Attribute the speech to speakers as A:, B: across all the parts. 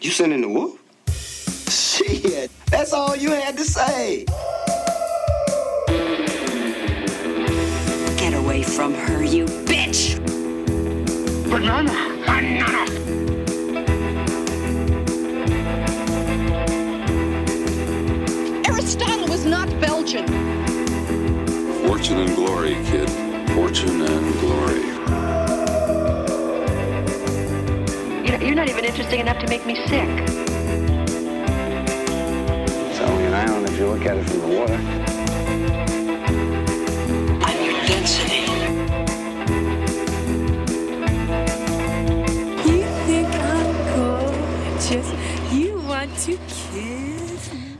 A: You sending the wolf? Shit, that's all you had to say.
B: Get away from her, you bitch!
C: Banana. Banana.
D: Aristotle was not Belgian.
E: Fortune and glory, kid. Fortune and glory.
F: You're you're not even interesting enough to make me sick.
A: It's only an island if you look at it from the water.
C: I'm your density.
G: You think I'm cool? Just you want to kiss? me.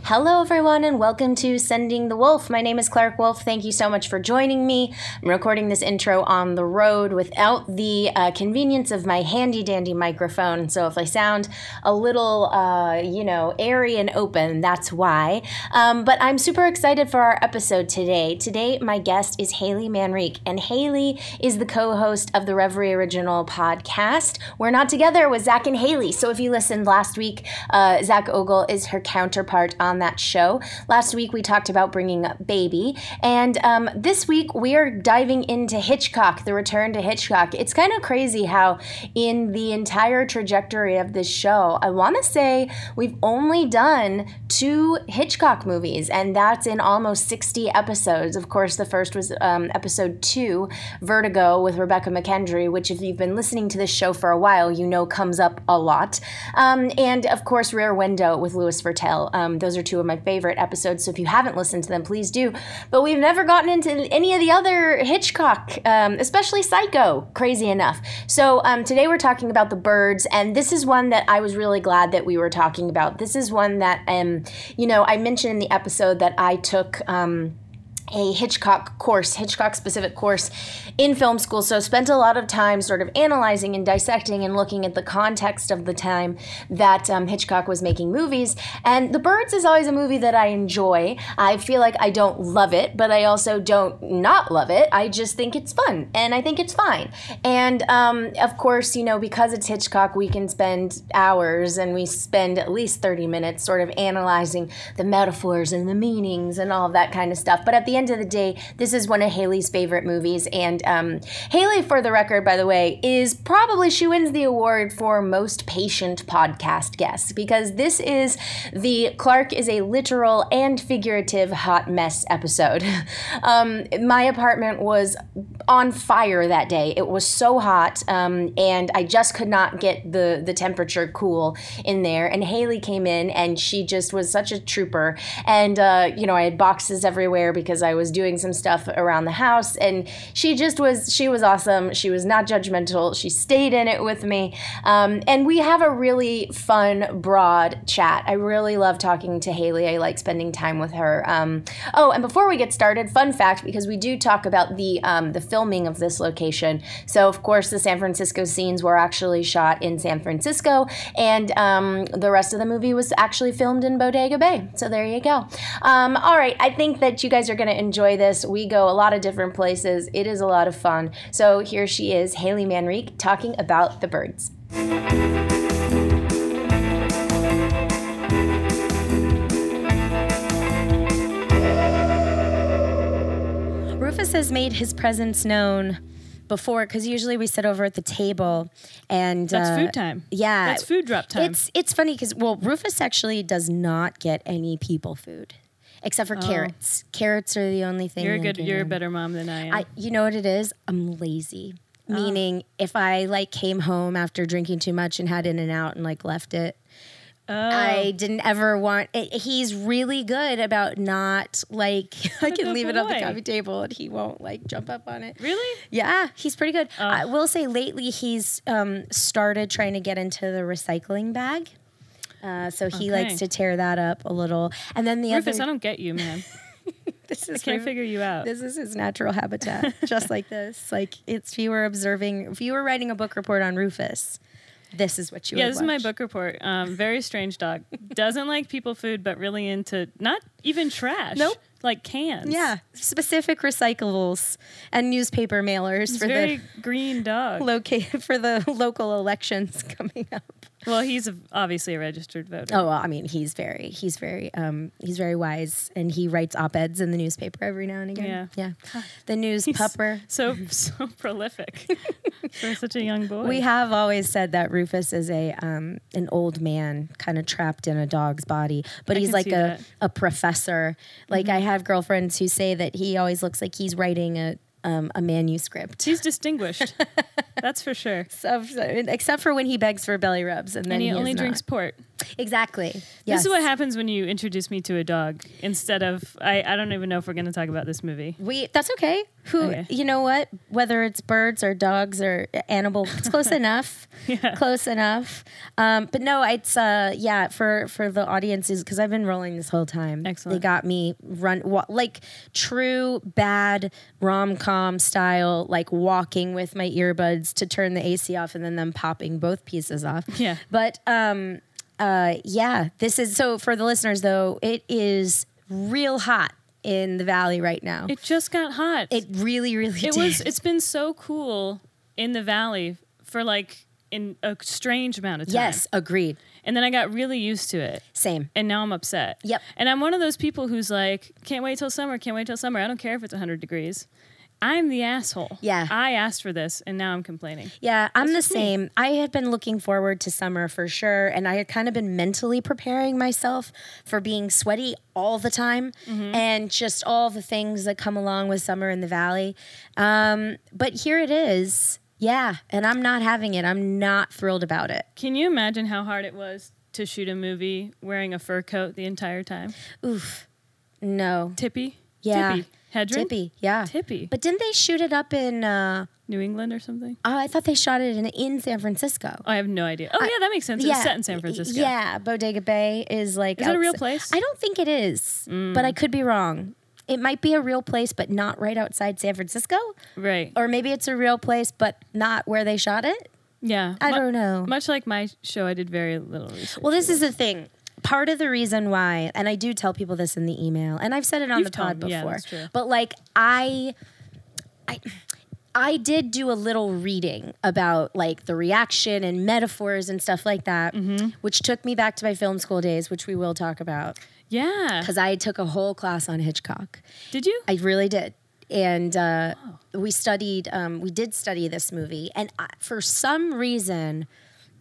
H: Hello, everyone, and welcome to Sending the Wolf. My name is Clark Wolf. Thank you so much for joining me. I'm recording this intro on the road without the uh, convenience of my handy dandy microphone. So if I sound a little, uh, you know, airy and open, that's why. Um, but I'm super excited for our episode today. Today, my guest is Haley Manrique, and Haley is the co host of the Reverie Original podcast. We're not together with Zach and Haley. So if you listened last week, uh, Zach Ogle is her counterpart on that show. Last week we talked about bringing up Baby, and um, this week we are diving into Hitchcock, the return to Hitchcock. It's kind of crazy how, in the entire trajectory of this show, I want to say we've only done two Hitchcock movies, and that's in almost 60 episodes. Of course, the first was um, episode two, Vertigo, with Rebecca McKendry, which, if you've been listening to this show for a while, you know comes up a lot. Um, and of course, Rear Window with Louis Vertel. Um, those are two of my favorite episodes. So if you haven't listened to them, please do. But we've never gotten into any of the other Hitchcock, um, especially Psycho, crazy enough. So um, today we're talking about the birds, and this is one that I was really glad that we were talking about. This is one that, um, you know, I mentioned in the episode that I took. Um, a Hitchcock course, Hitchcock specific course in film school. So spent a lot of time sort of analyzing and dissecting and looking at the context of the time that um, Hitchcock was making movies. And The Birds is always a movie that I enjoy. I feel like I don't love it, but I also don't not love it. I just think it's fun and I think it's fine. And um, of course, you know, because it's Hitchcock, we can spend hours and we spend at least 30 minutes sort of analyzing the metaphors and the meanings and all of that kind of stuff. But at the end of the day, this is one of Haley's favorite movies. And um, Haley, for the record, by the way, is probably she wins the award for most patient podcast guest because this is the Clark is a literal and figurative hot mess episode. Um, my apartment was on fire that day. It was so hot, um, and I just could not get the the temperature cool in there. And Haley came in, and she just was such a trooper. And uh, you know, I had boxes everywhere because I was doing some stuff around the house, and she just was she was awesome. She was not judgmental. She stayed in it with me, um, and we have a really fun, broad chat. I really love talking to Haley. I like spending time with her. Um, oh, and before we get started, fun fact because we do talk about the um, the filming of this location. So of course, the San Francisco scenes were actually shot in San Francisco, and um, the rest of the movie was actually filmed in Bodega Bay. So there you go. Um, all right, I think that you guys are going to enjoy this. We go a lot of different places. It is a lot of fun. So here she is, Haley Manrique, talking about the birds. Rufus has made his presence known before because usually we sit over at the table and
I: That's
H: uh,
I: food time.
H: Yeah,
I: That's food drop time.
H: It's it's funny because well, Rufus actually does not get any people food except for carrots. Carrots are the only thing.
I: Oh. you're a
H: I
I: good.
H: give
I: You're a
H: him.
I: better mom than I am.
H: I, you know what it is? I'm lazy.
I: Oh.
H: Meaning, if I like came home after drinking too much and had In and Out and like left it,
I: Oh.
H: I didn't ever want. It, he's really good about not like I can
I: good
H: leave it on the
I: boy.
H: coffee table and he won't like jump up on it.
I: really? Oh.
H: Yeah, he's pretty good. I will say lately he's um, started trying to get into the recycling bag. Uh, so he
I: Okay.
H: likes to tear that up a little. And then the
I: Rufus,
H: other
I: I don't get you, man.
H: this
I: I
H: is
I: can't
H: Ru-
I: figure you out.
H: This is his natural habitat, just like this. Like it's if you were observing, if you were writing a book report on Rufus, this is what you.
I: yeah,
H: would
I: this is my
H: watch.
I: book report. Um, very strange dog. Doesn't like people food, but really into not even trash.
H: Nope.
I: Like cans.
H: Yeah, specific recyclables and newspaper mailers
I: It's
H: for
I: very
H: the
I: green dog.
H: locate for the local elections coming up.
I: Well, he's a, obviously a registered voter.
H: Oh, well, I mean, he's very, he's very, um, he's very wise, and he writes op eds in the newspaper every now and again. Yeah, The news pupper.
I: So so prolific for such a young boy.
H: We have always said that Rufus is a um, an old man, kind of trapped in a dog's body, but he's
I: can
H: like
I: see
H: a,
I: that. Mm-hmm.
H: a professor. Like I have girlfriends who say that he always looks like he's writing a um, a manuscript.
I: he's distinguished. That's for sure.
H: Of- except for when he begs for belly rubs, and then
I: And he
H: is
I: only
H: not.
I: drinks port.
H: Exactly.
I: This is what happens when you introduce me to a dog instead of I, I don't even know if we're gonna talk about this movie.
H: We that's okay. Who
I: Okay.
H: you know what? Whether it's birds or dogs or animal, it's close enough. Close enough. Um, but no, it's uh, yeah for for the audiences because I've been rolling this whole time.
I: Excellent.
H: They got me run wa- like true bad rom com style, like walking with my earbuds to turn the AC off and then them popping both pieces off.
I: Yeah.
H: But um, uh, yeah, this is so for the listeners though. It is real hot in the valley right now.
I: It just got hot.
H: It really, really
I: it
H: did.
I: was it's been so cool in the valley for like in a strange amount of time.
H: yes, agreed.
I: And then I got really used to it.
H: Same.
I: And now I'm upset.
H: Yep.
I: And I'm one of those people who's like, can't wait till summer, can't wait till summer. I don't care if it's 100 degrees. I'm the asshole.
H: Yeah.
I: I asked for this and now I'm complaining.
H: Yeah, I'm the same. I had been looking forward to summer for sure, and I had kind of been mentally preparing myself for being sweaty all the time
I: Mm-hmm.
H: and just all the things that come along with summer in the valley. Um, but here it is. Yeah, and I'm not having it. I'm not thrilled about it.
I: Can you imagine how hard it was to shoot a movie wearing a fur coat the entire time?
H: Oof. No.
I: Tippy?
H: Yeah.
I: Tippy. Hedren?
H: Tippy. Yeah.
I: Tippy.
H: But didn't they shoot it up in? Uh,
I: New England or something?
H: oh, I thought they shot it in in San Francisco.
I: I have no idea. Oh, yeah, that makes sense. It's set in San Francisco.
H: Yeah, Bodega Bay is like.
I: Is it a real
H: outs-
I: place? Mm.
H: I don't think it is, but I could be wrong. It might be a real place, but not right outside San Francisco,
I: Right.
H: or maybe it's a real place, but not where they shot it.
I: yeah.
H: I
I: Mu-
H: don't know.
I: Much like my show, I did very little research.
H: Well, this is the thing. Part of the reason why, and I do tell people this in the email, and I've said it on
I: You've
H: the pod
I: told me.
H: before,
I: Yeah, that's true.
H: but like I, I. I did do a little reading about like the reaction and metaphors and stuff like that,
I: Mm-hmm.
H: which took me back to my film school days, which we will talk about
I: yeah.
H: because I took a whole class on Hitchcock.
I: Did you?
H: I really did. And uh, we studied, um, we did study this movie. And I, for some reason,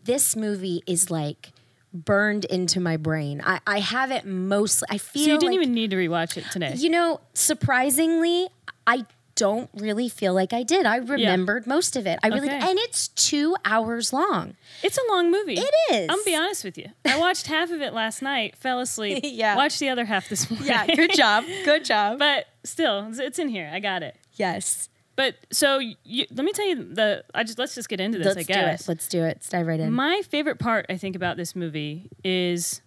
H: this movie is like burned into my brain. I, I have it mostly, I feel
I: so you didn't
H: like-
I: even need to rewatch it today.
H: you know, surprisingly, I don't really feel like I did. I remembered most of it. I really,
I: Okay.
H: and it's two hours long.
I: It's a long movie. It
H: is.
I: I'm gonna be honest with you. I watched half of it last night, fell asleep.
H: Yeah.
I: Watched the other half this morning.
H: job. Good job.
I: but still, it's- it's in here. I got it.
H: yes.
I: But so you, let me tell you the. I just let's just get into this.
H: Let's
I: I
H: do it.
I: guess
H: Let's do it. Let's dive right in.
I: my favorite part I think about this movie is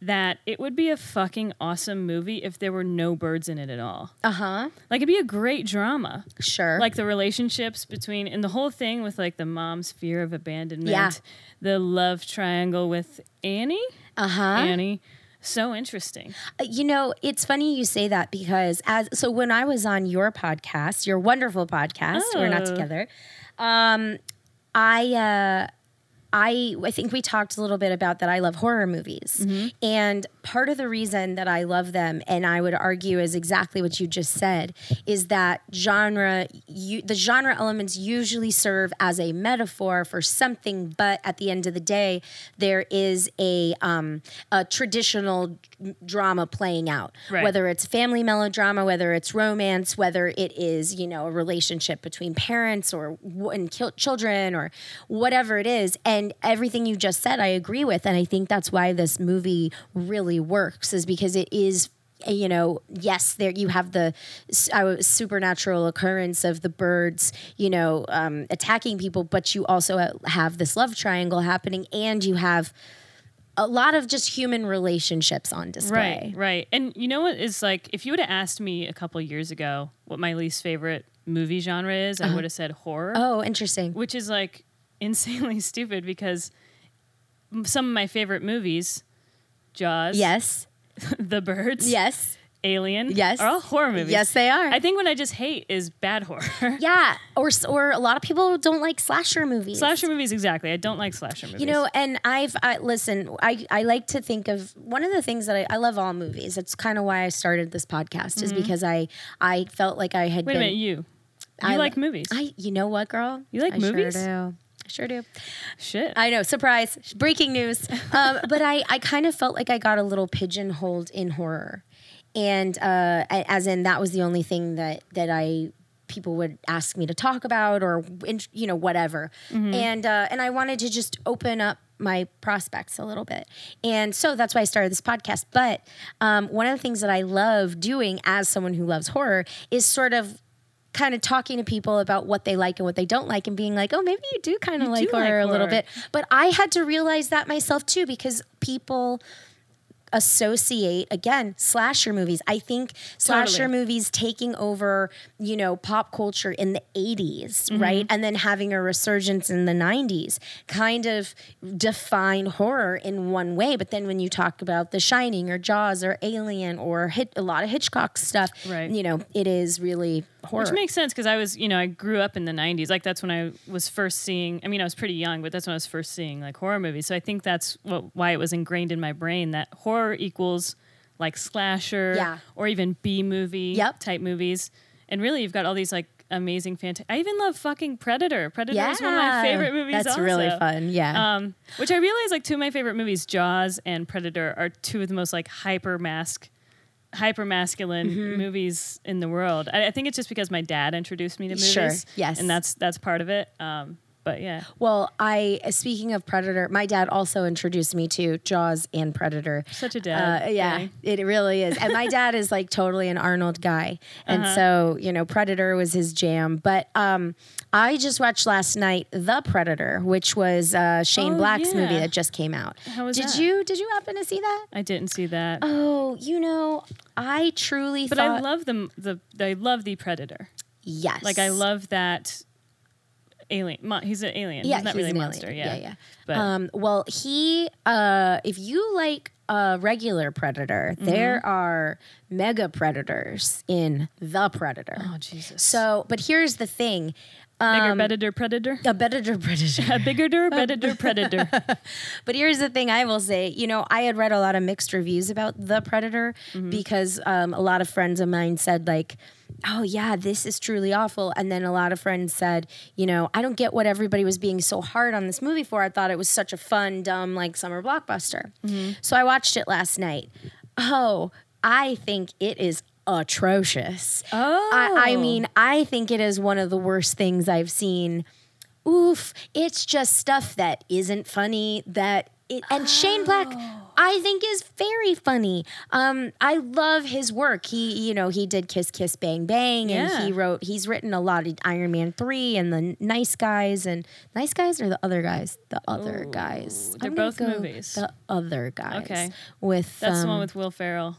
I: that it would be a fucking awesome movie if there were no birds in it at all.
H: Uh huh.
I: Like it'd be a great drama.
H: Sure.
I: Like the relationships between and the whole thing with like the mom's fear of abandonment,
H: Yeah.
I: the love triangle with Annie. Uh-huh. Annie. So interesting.
H: Uh, You know, it's funny you say that because as so when I was on your podcast, your wonderful podcast, we're not
I: Oh.
H: together. Um, I uh, I I think we talked a little bit about that I love horror movies.
I: Mm-hmm.
H: And part of the reason that I love them and I would argue is exactly what you just said is that genre you, the genre elements usually serve as a metaphor for something but at the end of the day there is a um, a traditional d- drama playing out
I: Right.
H: whether it's family melodrama whether it's romance whether it is you know a relationship between parents or w- and kil- children or whatever it is and everything you just said i agree with and i think that's why this movie really works is because it is you know yes there you have the s- uh, supernatural occurrence of the birds you know um, attacking people but you also uh, have this love triangle happening and you have a lot of just human relationships on display
I: Right, right. And you know what is like if you would have asked me a couple years ago what my least favorite movie genre is, I would have said horror.
H: Uh-huh. oh interesting
I: which is like insanely stupid because m- some of my favorite movies, Jaws,
H: Yes.
I: The Birds,
H: Yes.
I: Alien
H: Yes.
I: are all horror movies.
H: Yes, they are.
I: I think what I just hate is bad horror.
H: Yeah, or or a lot of people don't like slasher movies.
I: slasher movies, exactly. I don't like slasher movies.
H: You know, and I've I, listen. I I like to think of one of the things that I, I love all movies. It's kind of why I started this podcast is because I I felt like I had
I: Mm-hmm. wait a
H: been.
I: minute, you. You
H: I
I: like movies?
H: I you know what, girl?
I: You like
H: I
I: movies?
H: Sure do. I sure do.
I: Shit.
H: I know, surprise, breaking news. Um, but I, I kind of felt like I got a little pigeonholed in horror, and uh, a- as in that was the only thing that that I people would ask me to talk about or in- you know whatever, and uh, and I wanted to just open up my prospects a little bit, and so that's why I started this podcast. But um, one of the things that I love doing as someone who loves horror is sort of kind of talking to people about what they like and what they don't like and being like, oh, maybe you do kind of like
I: do
H: horror
I: like
H: a little
I: horror.
H: bit. But I had to realize that myself too because people associate again slasher movies i think slasher
I: Totally.
H: movies taking over you know pop culture in the 80s
I: Mm-hmm.
H: right and then having a resurgence in the 90s kind of define horror in one way but then when you talk about the shining or jaws or alien or hit a lot of hitchcock stuff
I: Right.
H: you know it is really horror
I: Which makes sense because I was, you know, I grew up in the 90s. Like, that's when I was first seeing, I mean, I was pretty young, but that's when I was first seeing like horror movies. So I think that's what, why it was ingrained in my brain that horror equals like slasher
H: Yeah.
I: or even B movie
H: Yep.
I: type movies. And really, you've got all these like amazing fantastic. I even love fucking Predator. Predator is one of my
H: Yeah.
I: favorite movies.
H: That's really
I: also.
H: fun. Yeah.
I: Um, which I realize like two of my favorite movies, Jaws and Predator, are two of the most like hyper mask hyper masculine
H: Mm-hmm.
I: movies in the world. I, I think it's just because my dad introduced me to movies.
H: Sure, yes.
I: And that's that's part of it. Um, but yeah.
H: Well, I speaking of Predator, my dad also introduced me to Jaws and Predator.
I: Such a dad
H: Uh, yeah,
I: thing.
H: it really is. And my dad is like totally an Arnold guy, and
I: Uh-huh.
H: so you know Predator was his jam. But um, I just watched last night The Predator, which was uh, Shane
I: Oh,
H: Black's
I: yeah.
H: movie that just came out.
I: How was
H: did
I: that?
H: you did you happen to see that?
I: I didn't see that.
H: Oh, you know, I truly
I: but
H: thought
I: I love the, the I love the Predator.
H: yes,
I: Like I love that alien. Mo- he's an alien.
H: Yeah,
I: he's not
H: he's
I: really
H: an
I: a
H: alien.
I: monster.
H: Yeah,
I: Yeah.
H: yeah.
I: But
H: Um, well, he, uh, if you like a regular predator,
I: Mm-hmm.
H: there are mega predators in the predator.
I: oh Jesus.
H: So, but here's the thing
I: bigger predator predator.
H: a predator predator.
I: A bigger predator predator.
H: But here's the thing I will say, you know, I had read a lot of mixed reviews about The Predator because um, a lot of friends of mine said, like, oh, yeah, this is truly awful. And then a lot of friends said, you know, I don't get what everybody was being so hard on this movie for. I thought it was such a fun, dumb, like summer blockbuster. So I watched it last night. Oh, I think it is atrocious.
I: Oh.
H: I, I mean, I think it is one of the worst things I've seen oof, it's just stuff that isn't funny that it, and Shane Black
I: Oh.
H: I think is very funny. Um, I love his work. He, you know, he did Kiss Kiss Bang Bang,
I: Yeah.
H: and he wrote. He's written a lot of Iron Man three and the Nice Guys and Nice Guys or the other guys, the other guys.
I: they're
H: gonna
I: both
H: go
I: movies.
H: The other guys.
I: Okay.
H: with
I: That's
H: um,
I: the one with Will Ferrell.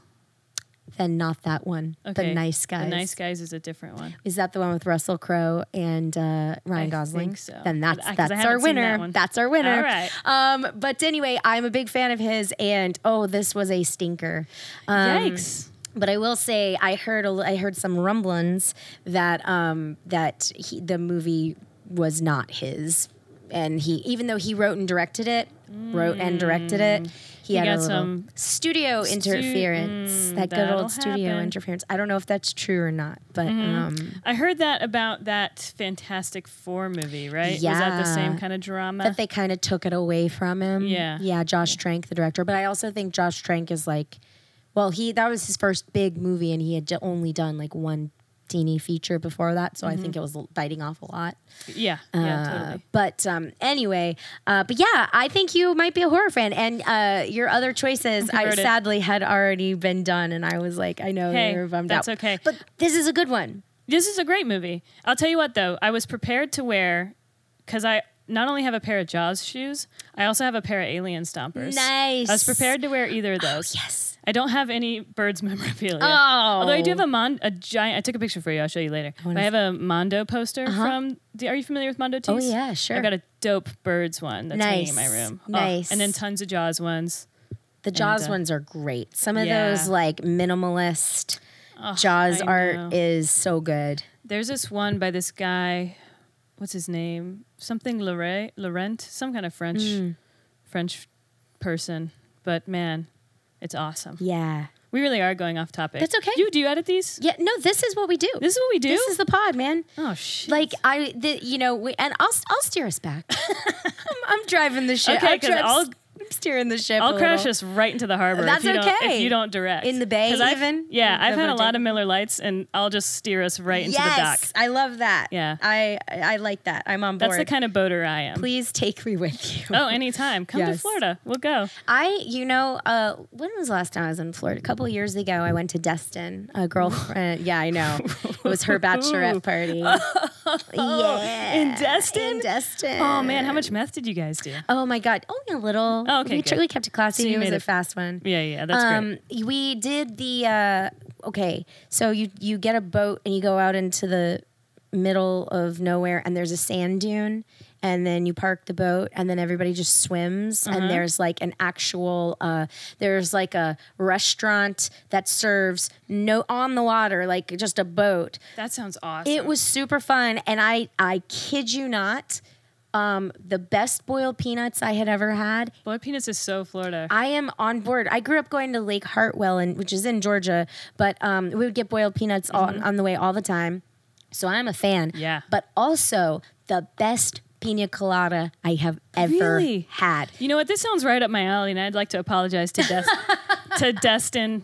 H: then not that one.
I: Okay.
H: The Nice
I: The
H: Guys.
I: nice guys is a different one.
H: Is that the one with Russell Crowe and uh, Ryan
I: I
H: Gosling?
I: think so.
H: Then that's
I: I- 'cause I
H: that's
I: haven't
H: our
I: seen
H: winner.
I: that one.
H: That's our winner.
I: All right.
H: Um, but anyway, I'm a big fan of his, and oh, this was a stinker. Um,
I: Yikes.
H: But I will say, I heard a, I heard some rumblings that um, that he, the movie was not his, and he even though he wrote and directed it, wrote and directed it, he,
I: Mm.
H: had
I: got
H: a little
I: some
H: studio interference.
I: mm,
H: that good
I: that'll
H: old studio
I: happen. Mm-hmm.
H: interference. I don't know if that's true or not, but um,
I: I heard that about that Fantastic Four movie, right? Was that the
H: Yeah.
I: same kind of drama?
H: that they kind of took it away from him.
I: Yeah.
H: Yeah, Josh Trank, the director. But I also think Josh Trank is like, well, he that was his first big movie, and he had d- only done like one teeny feature before that. So I think it was l- biting off a lot.
I: yeah, Mm-hmm. yeah,
H: Uh,
I: totally.
H: But um, anyway, uh, but yeah, I think you might be a horror fan, and uh, your other choices, I
I: Converted.
H: sadly had already been done, and I was like, I know
I: Hey,
H: you're bummed
I: that's
H: out.
I: okay.
H: But this is a good one.
I: This is a great movie. I'll tell you what, though, I was prepared to wear because I not only have a pair of Jaws shoes, I also have a pair of Alien stompers. I was
H: Nice. Oh,
I: prepared to wear either of those.
H: yes.
I: I don't have any birds memorabilia.
H: Oh.
I: Although I do have a mon a giant. I took a picture for you. I'll show you later. But I, have a Mondo poster from. do- Are you familiar with Mondo tees?
H: Uh-huh. Oh, yeah, sure.
I: I got a dope birds one that's hanging in my
H: Nice.
I: room. Oh,
H: Nice.
I: and then tons of Jaws ones.
H: The Jaws
I: uh,
H: ones are great. Some of
I: yeah.
H: those like minimalist
I: Ugh,
H: Jaws
I: Ah, I
H: art
I: know.
H: is so good.
I: There's this one by this guy, what's his name? Something Lorraine, Laurent, some kind of French,
H: Hmm.
I: French person. But man, it's awesome.
H: Yeah.
I: We really are going off topic.
H: That's okay.
I: You do you edit these?
H: Yeah, no, this is what we do.
I: This is what we do.
H: This is the pod, man.
I: oh shit.
H: Like I, the, you know, we, and I'll I'll steer us back. I'm, I'm driving the ship.
I: Okay,
H: I'll
I: 'cause
H: drive-
I: I'll-
H: I'm steering the ship.
I: I'll
H: a
I: crash
H: little.
I: us right into the harbor. if
H: That's
I: you Don't,
H: okay.
I: if you don't direct
H: In the bay
I: 'Cause I've-
H: even?
I: Yeah,
H: Like
I: I've had a lot
H: overtake.
I: of Miller Lights, and I'll just steer us right into the dock.
H: Yes, I love that.
I: Yeah.
H: I I like that. I'm on board.
I: That's the kind of boater I am.
H: Please take me with you.
I: Oh, anytime. Come to
H: Yes.
I: Florida. We'll go.
H: I, you know, uh, when was the last time I was in Florida? A couple of years ago, I went to Destin. A girlfriend, yeah, I know. It was her bachelorette party. yeah,
I: in Destin?
H: in Destin.
I: Oh man, how much meth did you guys do?
H: Oh my God, only a little.
I: Oh, okay,
H: we
I: good.
H: tr- we kept it classy.
I: So you
H: it was
I: made
H: a
I: it-
H: fast one.
I: Yeah, yeah, that's great.
H: Um, we did the uh, okay. So you you get a boat and you go out into the middle of nowhere and there's a sand dune and then you park the boat and then everybody just swims
I: Uh-huh.
H: and there's like an actual uh, there's like a restaurant that serves no on the water like just a boat
I: That sounds awesome.
H: it was super fun, and I I kid you not, um, the best boiled peanuts I had ever had.
I: Boiled peanuts is so Florida.
H: I am on board. I grew up going to Lake Hartwell, and which is in Georgia, but um, we would get boiled peanuts on, on the way all the time. So I'm a fan.
I: Mm-hmm. Yeah.
H: But also the best pina colada I have ever
I: Really?
H: had.
I: you know what? This soundes right up my alley, and I'd like to apologize to Des- to Destin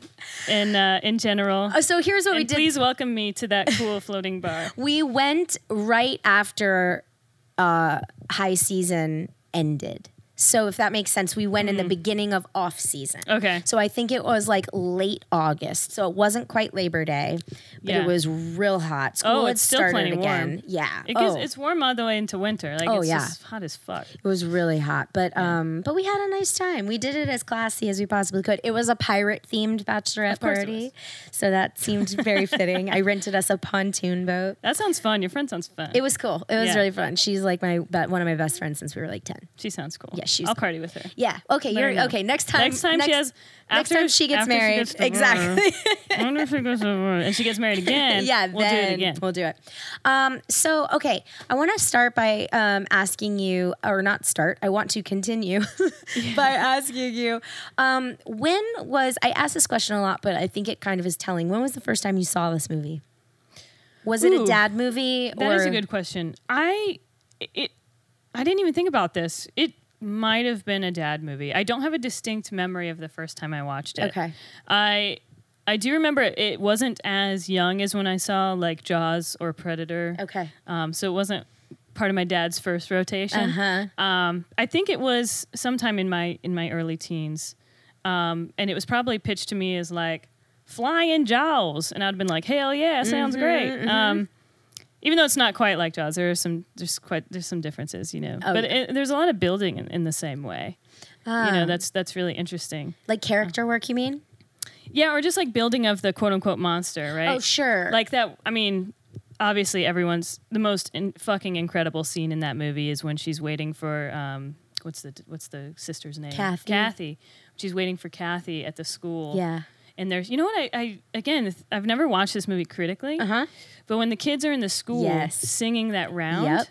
I: and uh, in general.
H: Oh, So here's what we
I: and
H: did.
I: please welcome me to that cool floating bar.
H: we went right after uh, high season ended. So if that makes sense, we went in the beginning of off season.
I: Mm. Okay.
H: So I think it was like late August. So it wasn't quite Labor Day, but
I: Yeah.
H: it was real hot. School
I: Oh,
H: had
I: it's still
H: started
I: plenty
H: again.
I: warm.
H: Yeah.
I: It gets,
H: oh,
I: It's warm all the way into winter. Like
H: Oh,
I: it's
H: yeah.
I: just hot as fuck.
H: it was really hot. But um but we had a nice time. We did it as classy as we possibly could. It was a pirate themed bachelorette
I: course it
H: party. So that seemed very fitting. I rented us a pontoon boat.
I: That sounds fun. Your friend sounds fun.
H: It was cool. It was
I: Yeah.
H: really fun. She's like my be- one of my best friends since we were like ten.
I: she sounds cool.
H: Yeah, she's
I: I'll
H: cool.
I: party with her.
H: Yeah. Okay.
I: her
H: You're
I: know.
H: okay. Next time.
I: Next time she has.
H: Next
I: After,
H: time she gets
I: after
H: married.
I: gets divorced-
H: exactly.
I: I wonder if she goes divorced and she gets married again.
H: yeah.
I: we'll
H: then
I: do it again.
H: We'll do it. Um, so okay, I want to start by um, asking you, or not start. I want to continue by asking you, um, when was I asked this question a lot, but I think it kind of is telling. When was the first time you saw this movie? Was it
I: Ooh.
H: a dad movie?
I: That
H: or
I: is a good question. I it I didn't even think about this. It might have been a dad movie. I don't have a distinct memory of the first time I watched it.
H: Okay.
I: I I do remember it- it wasn't as young as when I saw like Jaws or Predator.
H: Okay.
I: Um, so it wasn't part of my dad's first rotation. Uh-huh. Um, I think it was sometime in my in my early teens, um, and it was probably pitched to me as like flying Jaws, and I'd been like, hell yeah, sounds great. Um, even though it's not quite like Jaws, there are some there's quite there's some differences, you know. but it, there's a lot of building in, in the same way. you know, that's that's really interesting.
H: Like character work, you mean?
I: Yeah, or just like building of the quote unquote monster, right?
H: Oh, sure.
I: Like that. I mean, obviously, everyone's the most in, fucking incredible scene in that movie is when she's waiting for um, what's the what's the sister's name?
H: Kathy.
I: Kathy. She's waiting for Kathy at the school.
H: Yeah.
I: And there's, you know what? I, I again, th- I've never watched this movie critically. Uh huh. But when the kids are in the school
H: Uh-huh. Yes.
I: singing that round,
H: Yep.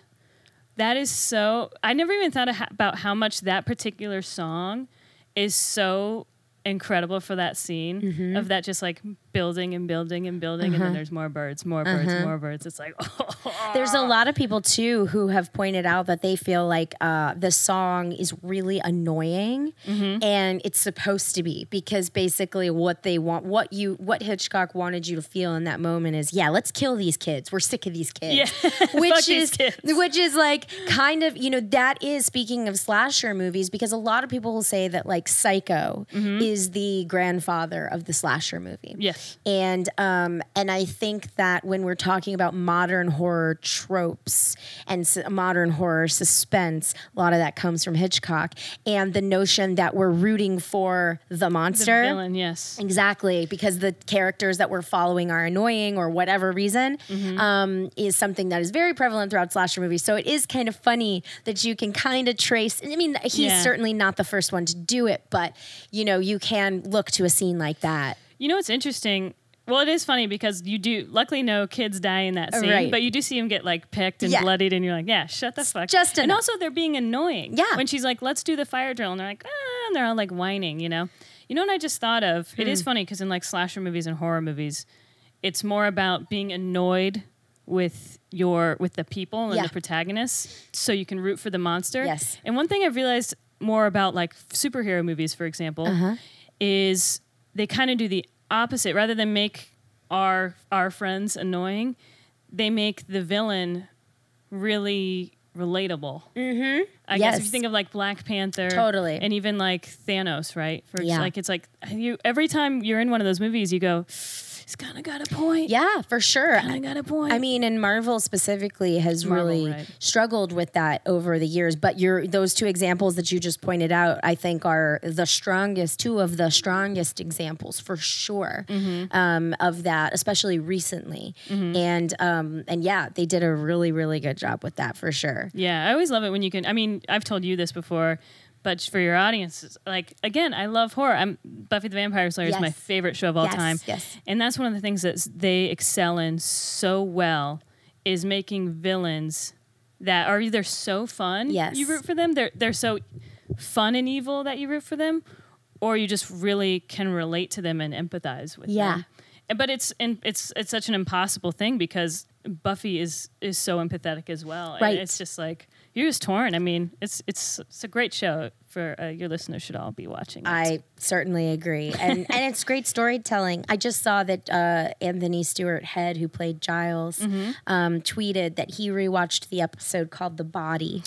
I: that is so. I never even thought a- about how much that particular song is so incredible for that scene
H: Mm-hmm.
I: of that just like building and building and building,
H: Uh-huh.
I: and then there's more birds, more birds, more birds. It's like, oh,
H: There's a lot of people too who have pointed out that they feel like uh, the song is really annoying,
I: Mm-hmm.
H: and it's supposed to be because basically what they want, what you, what Hitchcock wanted you to feel in that moment is, yeah, let's kill these kids. We're sick of these kids,
I: Yeah. Fuck
H: which
I: these
H: is
I: kids.
H: which is like kind of you know that is speaking of slasher movies because a
I: Mm-hmm.
H: lot of people will say that like Psycho is the grandfather of the slasher movie.
I: Yes.
H: and um, and I think that when we're talking about modern horror tropes and s- modern horror suspense, a lot of that comes from Hitchcock and the notion that we're rooting for the
I: The
H: monster.
I: villain, yes.
H: Exactly, because the characters that we're following are annoying or whatever reason
I: Mm-hmm.
H: um, is something that is very prevalent throughout slasher movies. So it is kind of funny that you can kind of trace. I mean, he's
I: Yeah.
H: certainly not the first one to do it, but you know, you can look to a scene like that.
I: You know what's interesting? Well, it is funny because you do. Luckily, no kids die in that scene,
H: Oh, Right.
I: but you do see them get like picked and
H: Yeah.
I: bloodied, and you're like, "Yeah, shut the fuck."
H: just
I: and
H: enough.
I: also they're being annoying.
H: Yeah.
I: When she's like, "Let's do the fire drill," and they're like, "Ah," and they're all like whining, you know. You know what I just thought of? It
H: Hmm.
I: is funny because in like slasher movies and horror movies, it's more about being annoyed with your with the people and
H: Yeah.
I: the protagonists, so you can root for the monster.
H: Yes.
I: And one thing I've realized more about like superhero movies, for example,
H: Uh-huh.
I: is they kind of do the opposite. Rather than make our our friends annoying, they make the villain really relatable. Mm-hmm. I guess if
H: Yes.
I: you think of like Black Panther,
H: Totally.
I: and even like Thanos, right? For
H: Yeah.
I: like it's like you every time you're in one of those movies, you go, he's kind of got a point.
H: Yeah, for sure.
I: kind of got a point.
H: I mean, and Marvel specifically has
I: Marvel,
H: really
I: right.
H: struggled with that over the years. But your those two examples that you just pointed out, I think, are the strongest, two of the strongest examples for sure
I: Mm-hmm.
H: um, of that, especially recently. And um, and yeah, they did a really really good job with that for sure.
I: Yeah, I always love it when you can. I mean, I've told you this before, but for your audiences, like again, I love horror. I'm Buffy the Vampire Slayer is my
H: Yes.
I: favorite show of all
H: Yes,
I: time.
H: yes.
I: and that's one of the things that s- they excel in so well is making villains that are either so fun,
H: Yes.
I: you root for them. They're they're so fun and evil that you root for them, or you just really can relate to them and empathize with
H: Yeah.
I: them. And- But it's and it's it's such an impossible thing because Buffy is is so empathetic as well. And
H: Right.
I: it's just like you're just torn. I mean, it's it's it's a great show for uh, your listeners should all be watching. it.
H: I certainly agree, and and it's great storytelling. I just saw that uh, Anthony Stewart Head, who played Giles,
I: Mm-hmm.
H: um, tweeted that he rewatched the episode called "The Body,"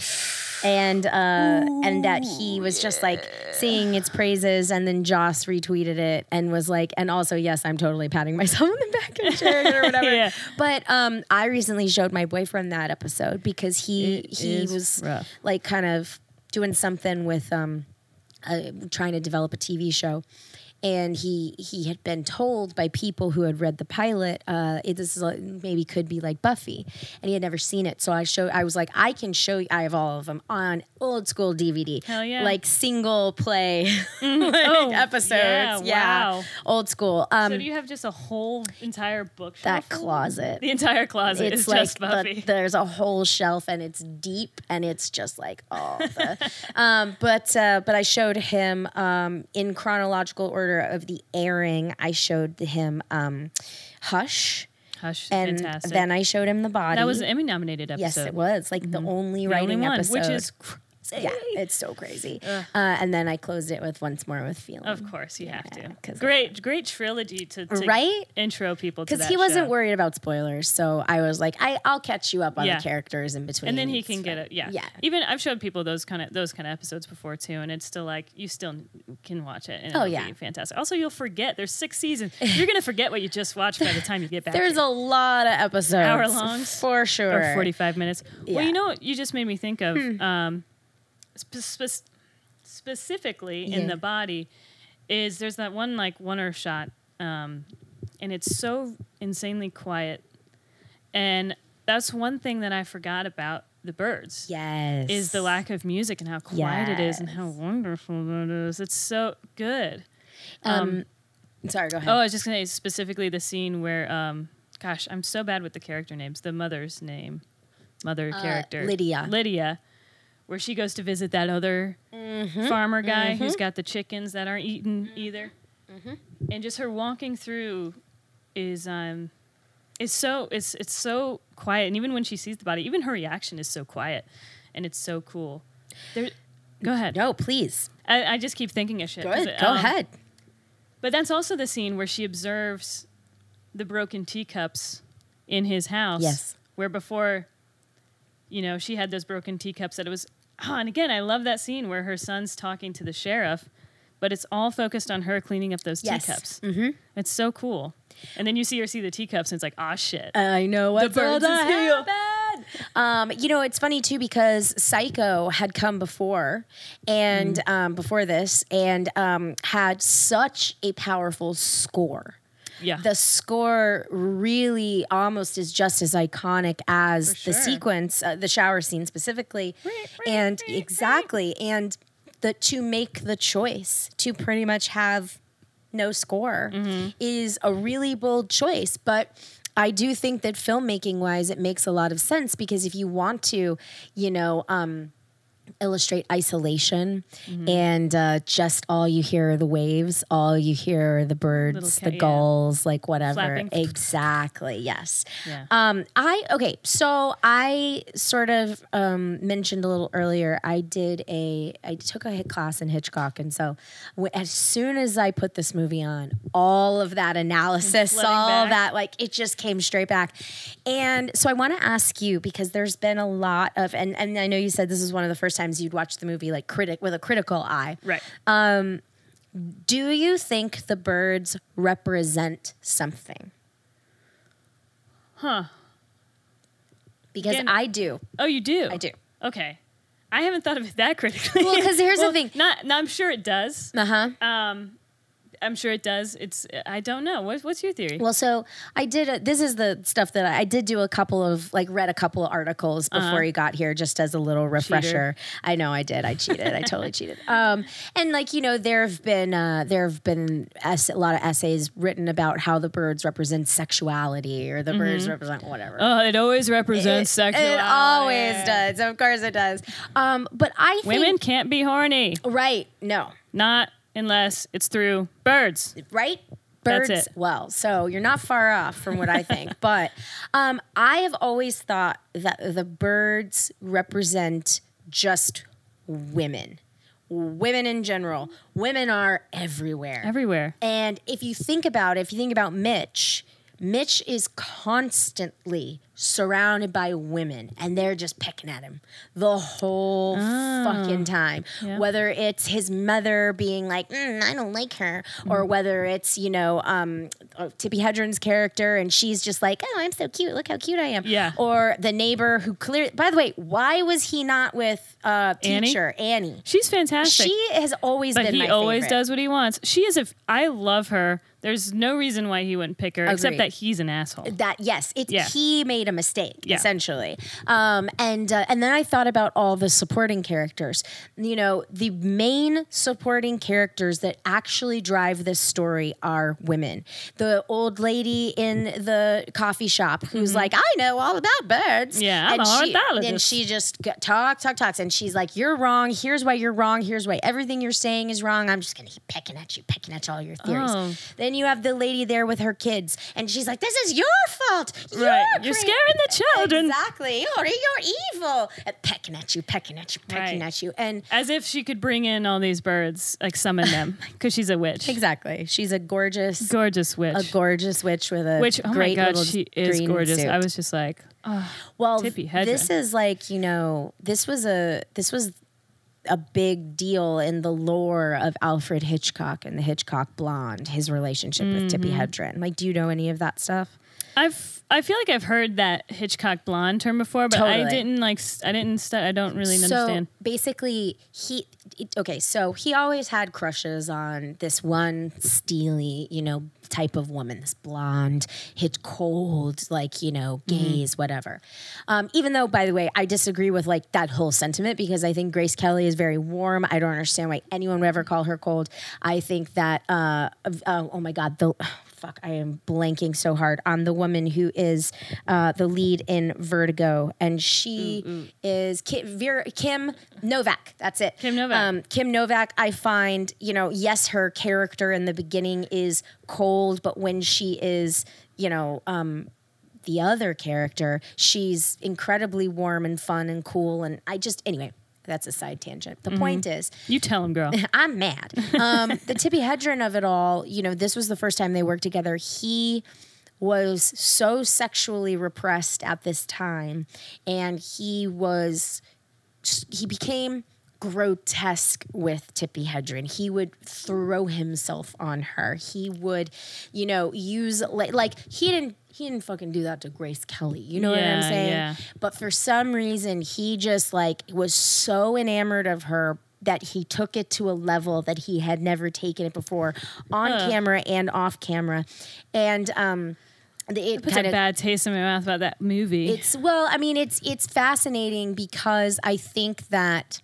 H: and uh, and that he was just like singing its praises, and then Joss retweeted it and was like, and also yes, I'm totally patting myself on the back and sharing it or whatever.
I: Yeah.
H: But um, I recently showed my boyfriend that episode because he
I: It
H: he
I: is
H: was
I: rough.
H: like kind of doing something with um uh, trying to develop a TV show. And he he had been told by people who had read the pilot, uh, it, this is like, maybe could be like Buffy, and he had never seen it. So I showed, I was like, I can show you. I have all of them on old school DVD,
I: Hell yeah.
H: like single play
I: oh,
H: episodes,
I: Yeah,
H: yeah,
I: Wow.
H: old school. Um,
I: So do you have just a whole entire bookshelf?
H: that
I: full?
H: closet,
I: The entire closet
H: it's
I: is
H: like
I: just
H: the-
I: Buffy.
H: there's a whole shelf and it's deep and it's just like all the um, but uh, but I showed him um, in chronological order of the airing I showed him um, Hush
I: Hush,
H: and
I: fantastic.
H: then I showed him the body
I: that was an Emmy-nominated episode. Mm-hmm.
H: yes it was like the only
I: The only
H: writing
I: one,
H: episode
I: which is cr-
H: yeah it's so crazy uh, and then I closed it with once more with feeling
I: Of course, you have
H: Yeah,
I: to.
H: 'cause-
I: Great, great trilogy to, to
H: Right?
I: intro people to
H: because
I: that
H: he wasn't
I: show.
H: worried about spoilers, so I was like, I, "I'll catch you up on
I: Yeah.
H: the characters in between."
I: and then he
H: It's
I: can get
H: fine.
I: it. Yeah,
H: yeah,
I: Even I've showed people those kind of those kind of episodes before too, and it's still like you still can watch it. And
H: Oh,
I: it'll
H: yeah.
I: be fantastic. Also, you'll forget there's six seasons. You're gonna forget what you just watched by the time you get back.
H: There's
I: here.
H: a lot of episodes.
I: Hour longs?
H: For sure.
I: or 45 minutes. Well,
H: Yeah. Hmm.
I: you know what you just made me think of um, spe- spe- specifically in
H: Yeah.
I: the body is there's that one like one or shot um, and it's so insanely quiet. And that's one thing that I forgot about the birds
H: Yes.
I: is the lack of music and how quiet it is and how wonderful that is. It's so good.
H: Sorry, go ahead.
I: Oh, I was just gonna say specifically the scene where, um, gosh, I'm so bad with the character names. The mother's name, mother character,
H: Uh, Lydia.
I: Lydia, where she goes to visit that other
H: Mm-hmm.
I: farmer guy who's got the chickens that aren't eaten either,
H: Mm-hmm.
I: and just her walking through is um, is so it's it's so quiet, and even when she sees the body, even her reaction is so quiet, and it's so cool. There, go ahead.
H: no, please.
I: I, I just keep thinking of shit.
H: Good.
I: 'cause
H: Go
I: it- um,
H: ahead.
I: but that's also the scene where she observes the broken teacups in his house.
H: Yes.
I: Where before, you know, she ah, had those broken teacups that it was. Oh, and again, I love that scene where her son's talking to the sheriff but it's all focused on her cleaning up those
H: Yes.
I: teacups. Mm-hmm. It's so cool. And then you see her see the teacups, and it's like, ah, shit.
H: I know what's
I: birds
H: gonna
I: is real.
H: happen. Um, you know, it's funny too because Psycho had come before and
I: Mm.
H: um, before this and um, had such a powerful score.
I: yeah.
H: The score really almost is just as iconic as
I: For
H: the
I: sure.
H: sequence, uh, the shower scene specifically, and exactly, and the to make the choice to pretty much have no score
I: Mm-hmm.
H: is a really bold choice, but I do think that filmmaking wise, it makes a lot of sense because if you want to, you know, um, illustrate isolation
I: Mm-hmm.
H: and uh, just all you hear are the waves, all you hear are the birds,
I: ca-
H: the
I: yeah.
H: gulls, like whatever.
I: Flapping.
H: Exactly. Yes.
I: Yeah.
H: Um, I okay. So I sort of um, mentioned a little earlier. I did a I took a hit class in Hitchcock, and so w- as soon as I put this movie on, all of that analysis, all
I: flooding back.
H: that like it just came straight back. And so I want to ask you because there's been a lot of and and I know you said this is one of the first times you'd watch the movie like critic with a critical eye.
I: right.
H: Um, Do you think the birds represent something?
I: Huh.
H: Because
I: Again-
H: I do.
I: Oh, you do?
H: I do.
I: Okay. I haven't thought of it that critically.
H: Well, 'cause here's the thing.
I: Not, no, I'm sure it does.
H: Uh huh.
I: I'm sure it does. It's I don't know. What, what's your theory?
H: Well, so I did. A, this is the stuff that I, I did do a couple of like read a couple of articles before you got here, just as a little refresher. I know I did. I cheated. I totally cheated. Um, and like you know, there have been uh, there have been ess- a lot of essays written about how the birds represent sexuality or the birds represent whatever.
I: oh, it always represents sexuality.
H: It always does. Of course, it does. Um, but I think,
I: Women can't be horny.
H: right? No,
I: Not unless it's through birds.
H: right? Birds
I: That's it.
H: well. So you're not far off from what I think. but um, I have always thought that the birds represent just women, women in general. Women are everywhere.
I: Everywhere.
H: And if you think about it, if you think about Mitch, Mitch is constantly surrounded by women and they're just pecking at him the whole
I: Ah.
H: fucking time. Whether it's his mother being like, "Mm, I don't like her, or
I: Mm.
H: whether it's, you know, um, uh, Tippi Hedren's character and she's just like, oh, I'm so cute. Look how cute I am.
I: Yeah.
H: Or the neighbor who clearly, by the way, why was he not with uh,
I: Annie?
H: teacher Annie?
I: She's fantastic.
H: She has always
I: but
H: been
I: he
H: my
I: always
H: favorite.
I: does what he wants. She is a. f- I love her. There's no reason why he wouldn't pick her, except
H: Agreed.
I: that he's an asshole.
H: that yes it's
I: Yeah.
H: he made a mistake
I: Yeah.
H: essentially um, and uh, and then i thought about all the supporting characters you know the main supporting characters that actually drive this story are women the old lady in the coffee shop who's like i know all about birds
I: Mm-hmm. Yeah, I'm
H: and,
I: a
H: she,
I: ornithologist.
H: and she just g- talk talk talks and she's like you're wrong here's why you're wrong here's why everything you're saying is wrong i'm just gonna keep pecking at you pecking at all your theories
I: Oh.
H: then you have the lady there with her kids, and she's like, "This is your fault. You're,
I: Right. You're
H: cra-
I: scaring the children.
H: Exactly. You're, you're evil. And pecking at you, pecking at you, pecking
I: Right.
H: at you, and
I: As if she could bring in all these birds, like summon them, because she's a witch.
H: exactly. She's a gorgeous,
I: Gorgeous witch.
H: a gorgeous witch with a
I: Which, oh my
H: great
I: God,
H: little
I: she is
H: green
I: gorgeous.
H: Suit.
I: I was just like,
H: well.
I: Tippi Hedren.
H: This is like you know, this was a this was a big deal in the lore of Alfred Hitchcock and the Hitchcock Blonde, his relationship with Tippi Hedren. Like, do you know any of that stuff?
I: I've I feel like I've heard that Hitchcock blonde term before, but I
H: Totally.
I: didn't like s- I didn't stu- I don't really
H: so
I: understand.
H: basically, he it- okay. So he always had crushes on this one steely, you know, type of woman, this blonde, hit cold, like you know,
I: Mm-hmm.
H: gaze, whatever. Um, even though, by the way, I disagree with like that whole sentiment because I think Grace Kelly is very warm. I don't understand why anyone would ever call her cold. I think that uh, of- uh, oh my god, the fuck, I am blanking so hard on the woman who is uh, the lead in Vertigo, and she is Ki- Vera, Kim Novak. That's it.
I: Kim Novak.
H: Um, Kim Novak, I find, you know, yes, her character in the beginning is cold, but when she is, you know, um, the other character, she's incredibly warm and fun and cool. And I just, anyway, that's a side tangent.
I: Mm-hmm.
H: The point is,
I: You tell him, girl.
H: I'm mad. Um, the Tippi Hedren of it all, you know, this was the first time they worked together. He was so sexually repressed at this time, and he was he became grotesque with Tippy Hedren. He would throw himself on her. He would, you know, use like, like he didn't he didn't fucking do that to Grace Kelly. You know what I'm
I: Yeah,
H: saying?
I: yeah.
H: But for some reason he just like was so enamored of her that he took it to a level that he had never taken it before on camera and off camera. And um the, it
I: Puts
H: kind
I: a
H: of
I: bad taste in my mouth about that movie.
H: it's well, I mean, it's it's fascinating because I think that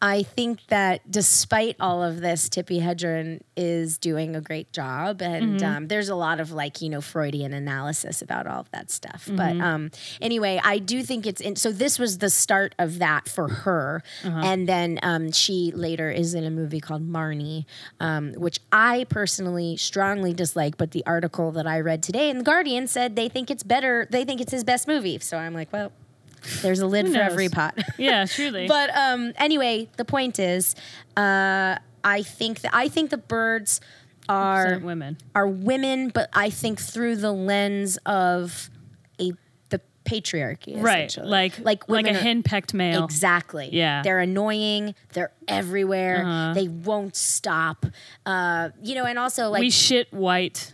H: I think that despite all of this, Tippi Hedren is doing a great job, and um, there's a lot of like you know Freudian analysis about all of that stuff. But um, anyway, I do think it's in, so. This was the start of that for her, and then um, she later is in a movie called Marnie, um, which I personally strongly dislike. But the article that I read today in the Guardian said they think it's better. They think it's his best movie. So I'm like, well, there's a lid for
I: knows?
H: every pot.
I: yeah, truly.
H: But um, anyway, the point is, uh, I think that I think the birds are
I: Percent women.
H: are women, but I think through the lens of a the patriarchy,
I: Right.
H: essentially.
I: Like like, like a
H: women are-
I: henpecked male.
H: Exactly.
I: Yeah. Uh-huh.
H: They're annoying. They're everywhere. They won't stop. Uh, you know, and also like
I: we shit white.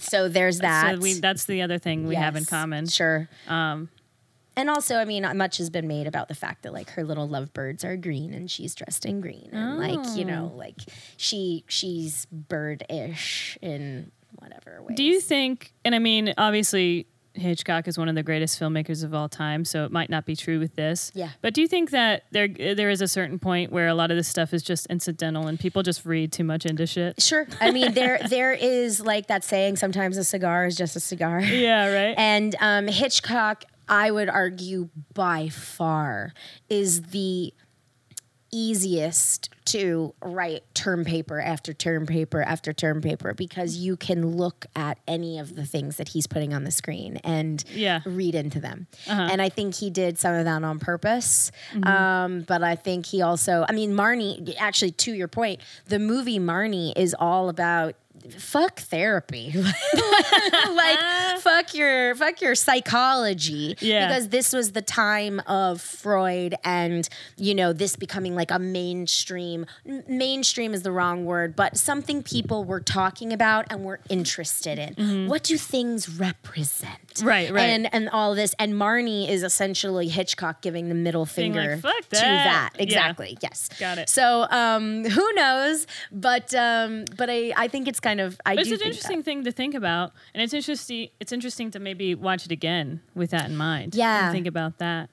H: so. There's that.
I: So we, that's the other thing we have in
H: Yes,
I: common. Um,
H: Sure. and also, I mean, not much has been made about the fact that like her little lovebirds are green and she's dressed in green and like you know
I: Oh.
H: like she she's bird-ish in whatever way.
I: Do you think, and I mean, obviously, Hitchcock is one of the greatest filmmakers of all time, so it might not be true with this.
H: Yeah.
I: But do you think that there there is a certain point where a lot of this stuff is just incidental and people just read too much into shit?
H: Sure. I mean, there there is like that saying. Sometimes a cigar is just a cigar.
I: Yeah, right.
H: And um, Hitchcock, I would argue by far, is the easiest to write term paper after term paper after term paper because you can look at any of the things that he's putting on the screen and
I: Yeah. Uh-huh.
H: read into them. And I think he did some of that on purpose.
I: Mm-hmm.
H: Um, but I think he also, I mean, Marnie, actually, to your point, the movie Marnie is all about fuck therapy like fuck your fuck your psychology
I: Yeah.
H: because this was the time of freud and you know this becoming like a mainstream m- mainstream is the wrong word but something people were talking about and were interested in what do things represent
I: Mm-hmm. Right, right.
H: and and all this and marnie is essentially hitchcock giving the middle finger
I: like, "Fuck
H: to that
I: that." Yeah.
H: exactly yes
I: Got it.
H: so um who knows but um but i i think it's kind of i
I: But it's
H: do
I: an
H: think that.
I: interesting thing to think about, and it's interesting. It's interesting to maybe watch it again with that in mind.
H: Yeah.
I: and think about that.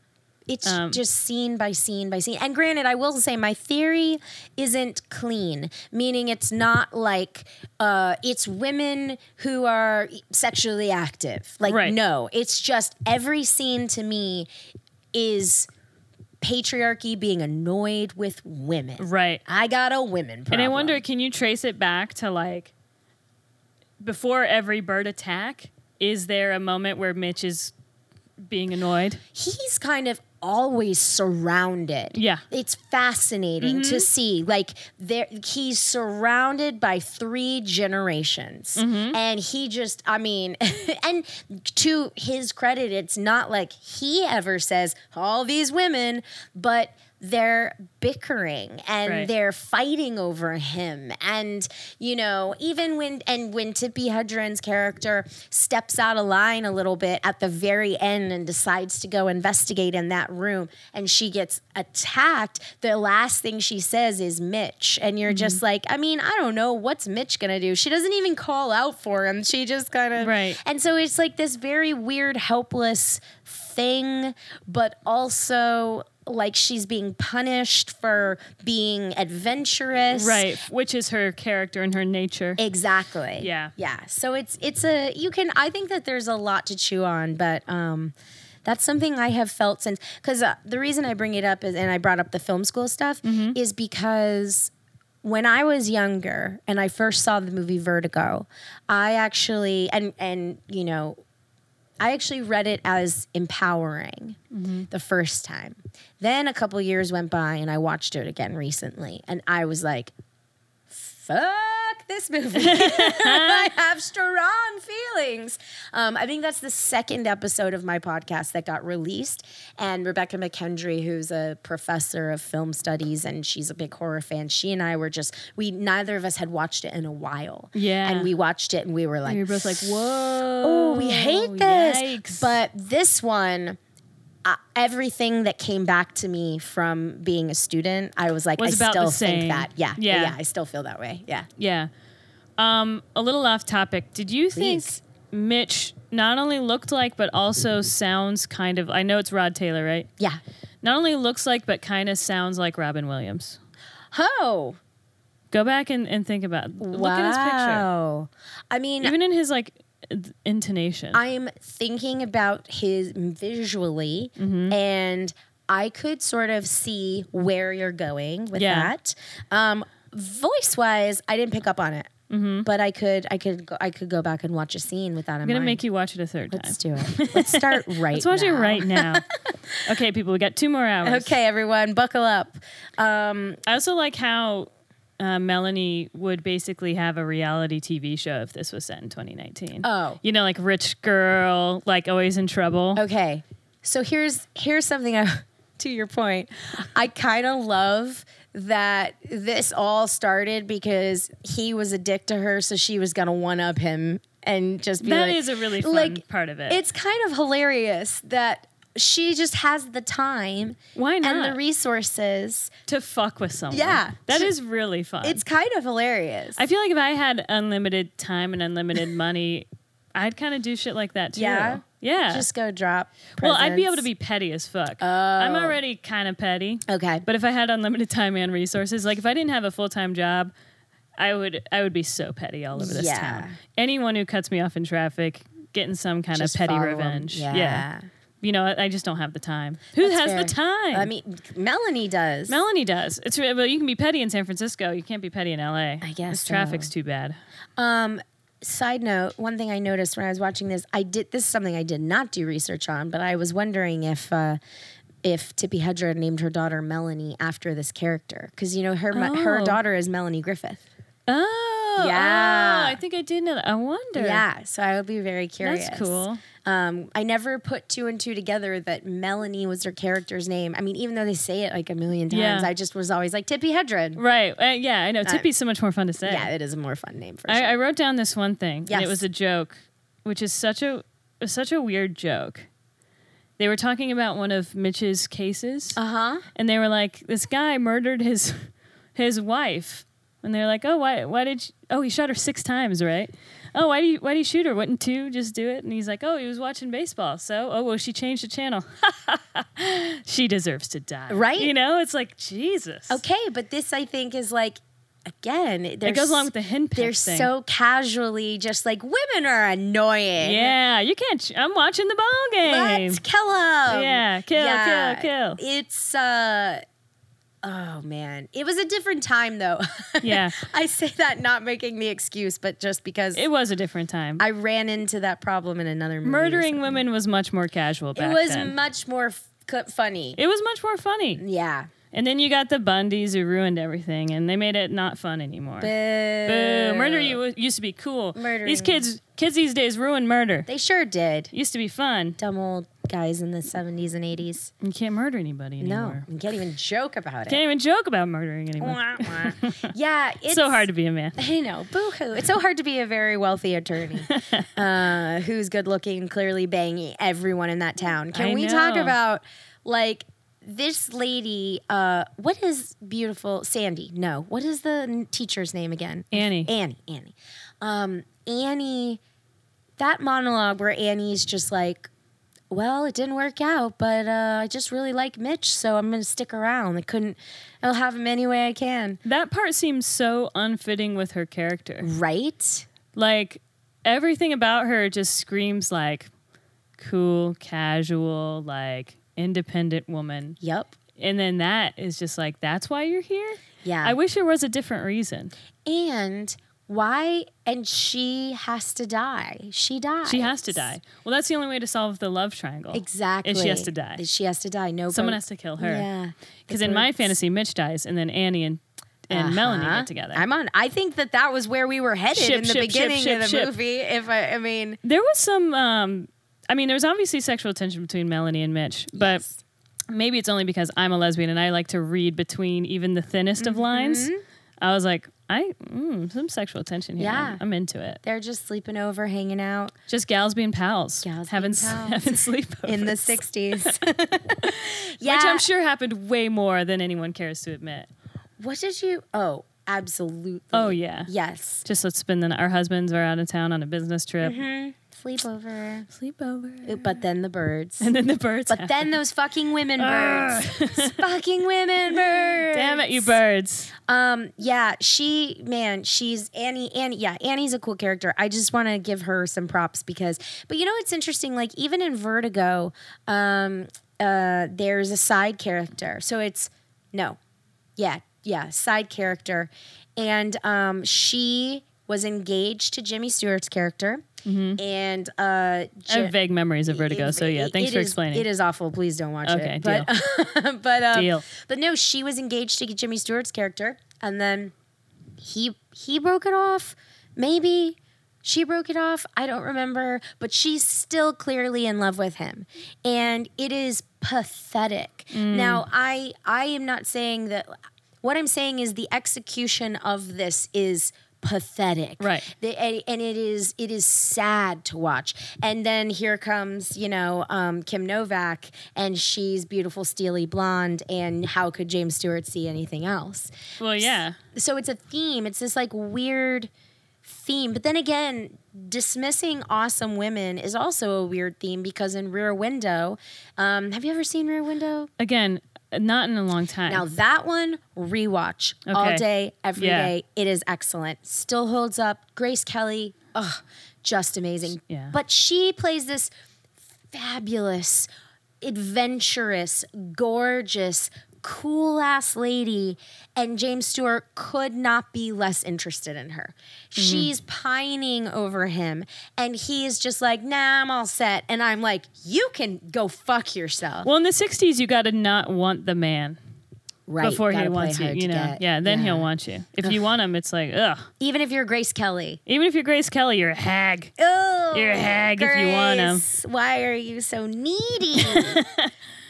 H: it's
I: Um,
H: just scene by scene by scene. And granted, I will say my theory isn't clean, meaning it's not like uh, it's women who are sexually active. Like,
I: Right.
H: no, it's just every scene to me is patriarchy being annoyed with women.
I: Right.
H: I got a women problem.
I: And I wonder, can you trace it back to like before every bird attack? Is there a moment where Mitch is being annoyed?
H: he's kind of always surrounded.
I: Yeah. Mm-hmm.
H: It's fascinating to see. Like there he's surrounded by three generations.
I: Mm-hmm.
H: And he just I mean and to his credit it's not like he ever says all these women but they're bickering and
I: Right.
H: they're fighting over him and you know even when and when Tippi Hedren's character steps out of line a little bit at the very end and decides to go investigate in that room and she gets attacked the last thing she says is Mitch and you're just like I mean I don't know what's Mitch going to do she doesn't even call out for him she just kind of
I: Right.
H: and so it's like this very weird, helpless thing, but also like she's being punished for being adventurous.
I: Right, which is her character and her nature.
H: Exactly.
I: Yeah.
H: Yeah. So it's it's a you can I think that there's a lot to chew on, but um that's something I have felt since cuz uh, the reason I bring it up is and I brought up the film school stuff is because when I was younger and I first saw the movie Vertigo, I actually and and you know I actually read it as empowering the first time. Then a couple years went by and I watched it again recently and I was like, fuck this movie. I have strong feelings. Um, I think that's the second episode of my podcast that got released. And Rebecca McKendry, who's a professor of film studies and she's a big horror fan, she and I were just, we neither of us had watched it in a while.
I: Yeah.
H: And we watched it and we were like,
I: We were both like, whoa.
H: oh, we hate this.
I: yikes.
H: But this one, uh, everything that came back to me from being a student, I was like,
I: Was
H: I
I: about
H: still
I: the
H: think
I: same.
H: that. Yeah, yeah.
I: Yeah.
H: Yeah. I still feel that way. Yeah.
I: Yeah. Um, a little off topic. Did you
H: Please. Mm-hmm.
I: think Mitch not only looked like but also sounds kind of I know it's Rod Taylor, right?
H: Yeah.
I: Not only looks like but kind of sounds like Robin Williams.
H: Oh.
I: Go back and, and think about look at his picture.
H: wow. I mean,
I: Even in his like th- intonation.
H: I'm thinking about his visually,
I: Mm-hmm.
H: and I could sort of see where you're going with
I: Yeah.
H: that. Um, voice wise, I didn't pick up on it, but I could, I could, go, I could go back and watch a scene with that in
I: Mm-hmm. I'm gonna
H: mind.
I: make you watch it a third
H: Let's
I: time.
H: do it. Let's start right.
I: Let's watch
H: now.
I: it right now. okay, people, we got two more hours.
H: Okay, everyone, buckle up.
I: I also like how uh, Melanie would basically have a reality TV show if this was set in 2019.
H: Oh.
I: you know, like rich girl, like always in trouble.
H: Okay. So here's here's something I, to your point. I kind of love that this all started because he was a dick to her, so she was gonna one up him and just be
I: That
H: like-
I: is a really fun
H: like,
I: part of it.
H: It's kind of hilarious that she just has the time
I: Why
H: and the
I: not
H: resources.
I: to fuck with someone?
H: Yeah.
I: that
H: To-
I: is really fun.
H: It's kind of hilarious.
I: I feel like if I had unlimited time and unlimited money, I'd kind of do shit like that too.
H: Yeah?
I: yeah.
H: just go drop.
I: well, I'd be able to
H: presents. Oh.
I: be petty as fuck. I'm already kind of petty.
H: Okay.
I: But if I had unlimited time and resources, like if I didn't have a full time job, I would I would be so petty all over this
H: Yeah.
I: town. Anyone who cuts me off in traffic, getting some kind
H: Just
I: of petty
H: follow 'em.
I: revenge.
H: Yeah.
I: You know, I, I just don't have the time. Who
H: That's
I: has
H: fair.
I: the time?
H: I mean, Melanie does.
I: Melanie does. It's re- well, you can be petty in San Francisco. You can't be petty in L.A.
H: I guess
I: This traffic's too bad.
H: side note, one thing I noticed when I was watching this, I did this is something I did not do research on, but I was wondering if uh, if Tippi Hedren named her daughter Melanie after this character because you know her mo- her
I: Oh.
H: daughter is Melanie Griffith.
I: Oh,
H: Yeah.
I: oh, I think I did know that. I wonder.
H: Yeah, so I would be very curious.
I: that's cool.
H: Um, I never put two and two together that Melanie was her character's name. I mean, even though they say it like a million times,
I: Yeah.
H: I just was always like Tippi Hedren.
I: Right? Uh, yeah, I know. Tippy's so much more fun to say.
H: Yeah, it is a more fun name for sure.
I: I, I wrote down this one thing, and
H: Yes.
I: it was a joke, which is such a such a weird joke. They were talking about one of Mitch's cases,
H: Uh huh.
I: and they were like, "This guy murdered his his wife," and they're like, "Oh, why? Why did? You, oh, he shot her six times, right? Oh, why do you why do you shoot her? Wouldn't two just do it?" And he's like, "Oh, he was watching baseball, so oh well, she changed the channel. she deserves to die,
H: Right?
I: You know, it's like Jesus.
H: Okay, but this I think is like again.
I: it
H: there's-
I: goes along with the henpeck
H: They're
I: thing.
H: so casually just like women are annoying.
I: Yeah, you can't. Ch- I'm watching the ball game.
H: Let's kill them.
I: Yeah, kill, kill, kill.
H: It's uh oh man. It was a different time though.
I: Yeah.
H: I say that not making the excuse, but just because
I: It was a different time.
H: I ran into that problem in another movie.
I: Murdering women was much more casual
H: It
I: back
H: was
I: then.
H: much more f- cu- funny.
I: it was much more funny.
H: yeah.
I: And then you got the Bundys who ruined everything, and they made it not fun anymore.
H: Boo.
I: Boo. Murder you uh, used to be cool.
H: Murdering.
I: These kids, kids these days ruin murder.
H: They sure did.
I: used to be fun.
H: Dumb old guys in the 70s and 80s.
I: You can't murder anybody anymore.
H: No, you can't even joke about
I: Can't
H: it.
I: even joke about murdering anymore.
H: Wah, wah. yeah, it's
I: so hard to be a man.
H: I know, boo-hoo. It's so hard to be a very wealthy attorney uh, who's good looking, clearly banging everyone in that town. Can
I: I
H: we talk
I: know.
H: about like this lady? Uh, what is beautiful Sandy? No, what is the n- teacher's name again?
I: Annie.
H: Annie. Annie. Um, Annie. That monologue where Annie's just like. Well, it didn't work out, but uh, I just really like Mitch, so I'm gonna stick around. I couldn't. I'll have him any way I can.
I: That part seems so unfitting with her character.
H: Right?
I: like everything about her just screams like cool, casual, like independent woman.
H: Yep.
I: And then that is just like that's why you're here.
H: Yeah.
I: I wish there was a different reason.
H: and why and she has to die she dies
I: She has to die. Well, that's the only way to solve the love triangle.
H: exactly
I: Is she has to die.
H: she has to die no
I: Someone
H: bro-
I: has to kill her.
H: yeah
I: Because in my
H: It's-
I: fantasy, Mitch dies, and then Annie and and Melanie
H: Huh?
I: get together.
H: Uh-huh. I'm on. I think that that was where we were headed
I: Ship,
H: in the
I: ship, ship,
H: beginning
I: ship,
H: of the
I: ship.
H: movie. If I, I mean,
I: there was some um i mean there was obviously sexual tension between melanie and mitch but maybe it's only because i'm a lesbian and i like to read between even the thinnest
H: Mm-hmm.
I: of lines i was like i mm, some sexual tension here
H: Yeah.
I: i'm into it
H: they're just sleeping over, hanging out
I: just gals being pals
H: Gals
I: having,
H: being pals.
I: having sleepovers
H: in the '60s. yeah.
I: which i'm sure happened way more than anyone cares to admit
H: What did you? Oh, absolutely.
I: oh yeah
H: Yes.
I: just let's spend the night. Our husbands are out of town on a business trip.
H: Mm-hmm. Sleepover.
I: Sleep over.
H: But then the birds.
I: And then the birds.
H: But then those fucking women birds. fucking women birds.
I: Ah. Damn it, you birds.
H: Um, yeah, she, man, she's Annie. Annie, yeah, Annie's a cool character. I just want to give her some props because, but you know, it's interesting. Like even in Vertigo, um, uh, there's a side character. So it's no, yeah, yeah, side character, and um, she was engaged to Jimmy Stewart's character,
I: Mm-hmm.
H: and
I: I
H: uh,
I: have
H: Ji-
I: vague memories of Vertigo, so yeah,
H: it-
I: thanks
H: it
I: for
H: is-
I: explaining.
H: It is awful. Please don't watch
I: Okay,
H: it. But but um,
I: Deal.
H: but no, she was engaged to Jimmy Stewart's character, and then he he broke it off. Maybe she broke it off. I don't remember, but she's still clearly in love with him, and it is pathetic. Now I I am not saying that. What I'm saying is the execution of this is pathetic
I: Right.
H: the, and, and it is it is sad to watch. And then here comes you know um, Kim Novak, and she's beautiful, steely blonde, and how could James Stewart see anything else?
I: well, yeah.
H: So it's a theme. It's this like weird theme. But then again, dismissing awesome women is also a weird theme because in Rear Window, um, have you ever seen Rear Window?
I: Again, not in a long time.
H: Now that one rewatch all
I: Okay.
H: day, every day.
I: Yeah.
H: It is excellent. Still holds up. Grace Kelly, oh, just amazing.
I: Yeah.
H: But she plays this fabulous, adventurous, gorgeous, cool ass lady, and James Stewart could not be less interested in her.
I: Mm-hmm.
H: She's pining over him, and he is just like, "Nah, I'm all set." And I'm like, "You can go fuck yourself."
I: Well, in the '60s, you got to not want the man
H: right
I: before he
H: gotta play
I: wants you.
H: hard
I: You
H: to
I: know,
H: get.
I: yeah. Then he'll want you. If you want him, it's like ugh.
H: even if you're Grace Kelly.
I: Even if you're Grace Kelly, you're a hag.
H: Oh,
I: You're a hag if you want 'em.
H: Grace, Why are you so needy?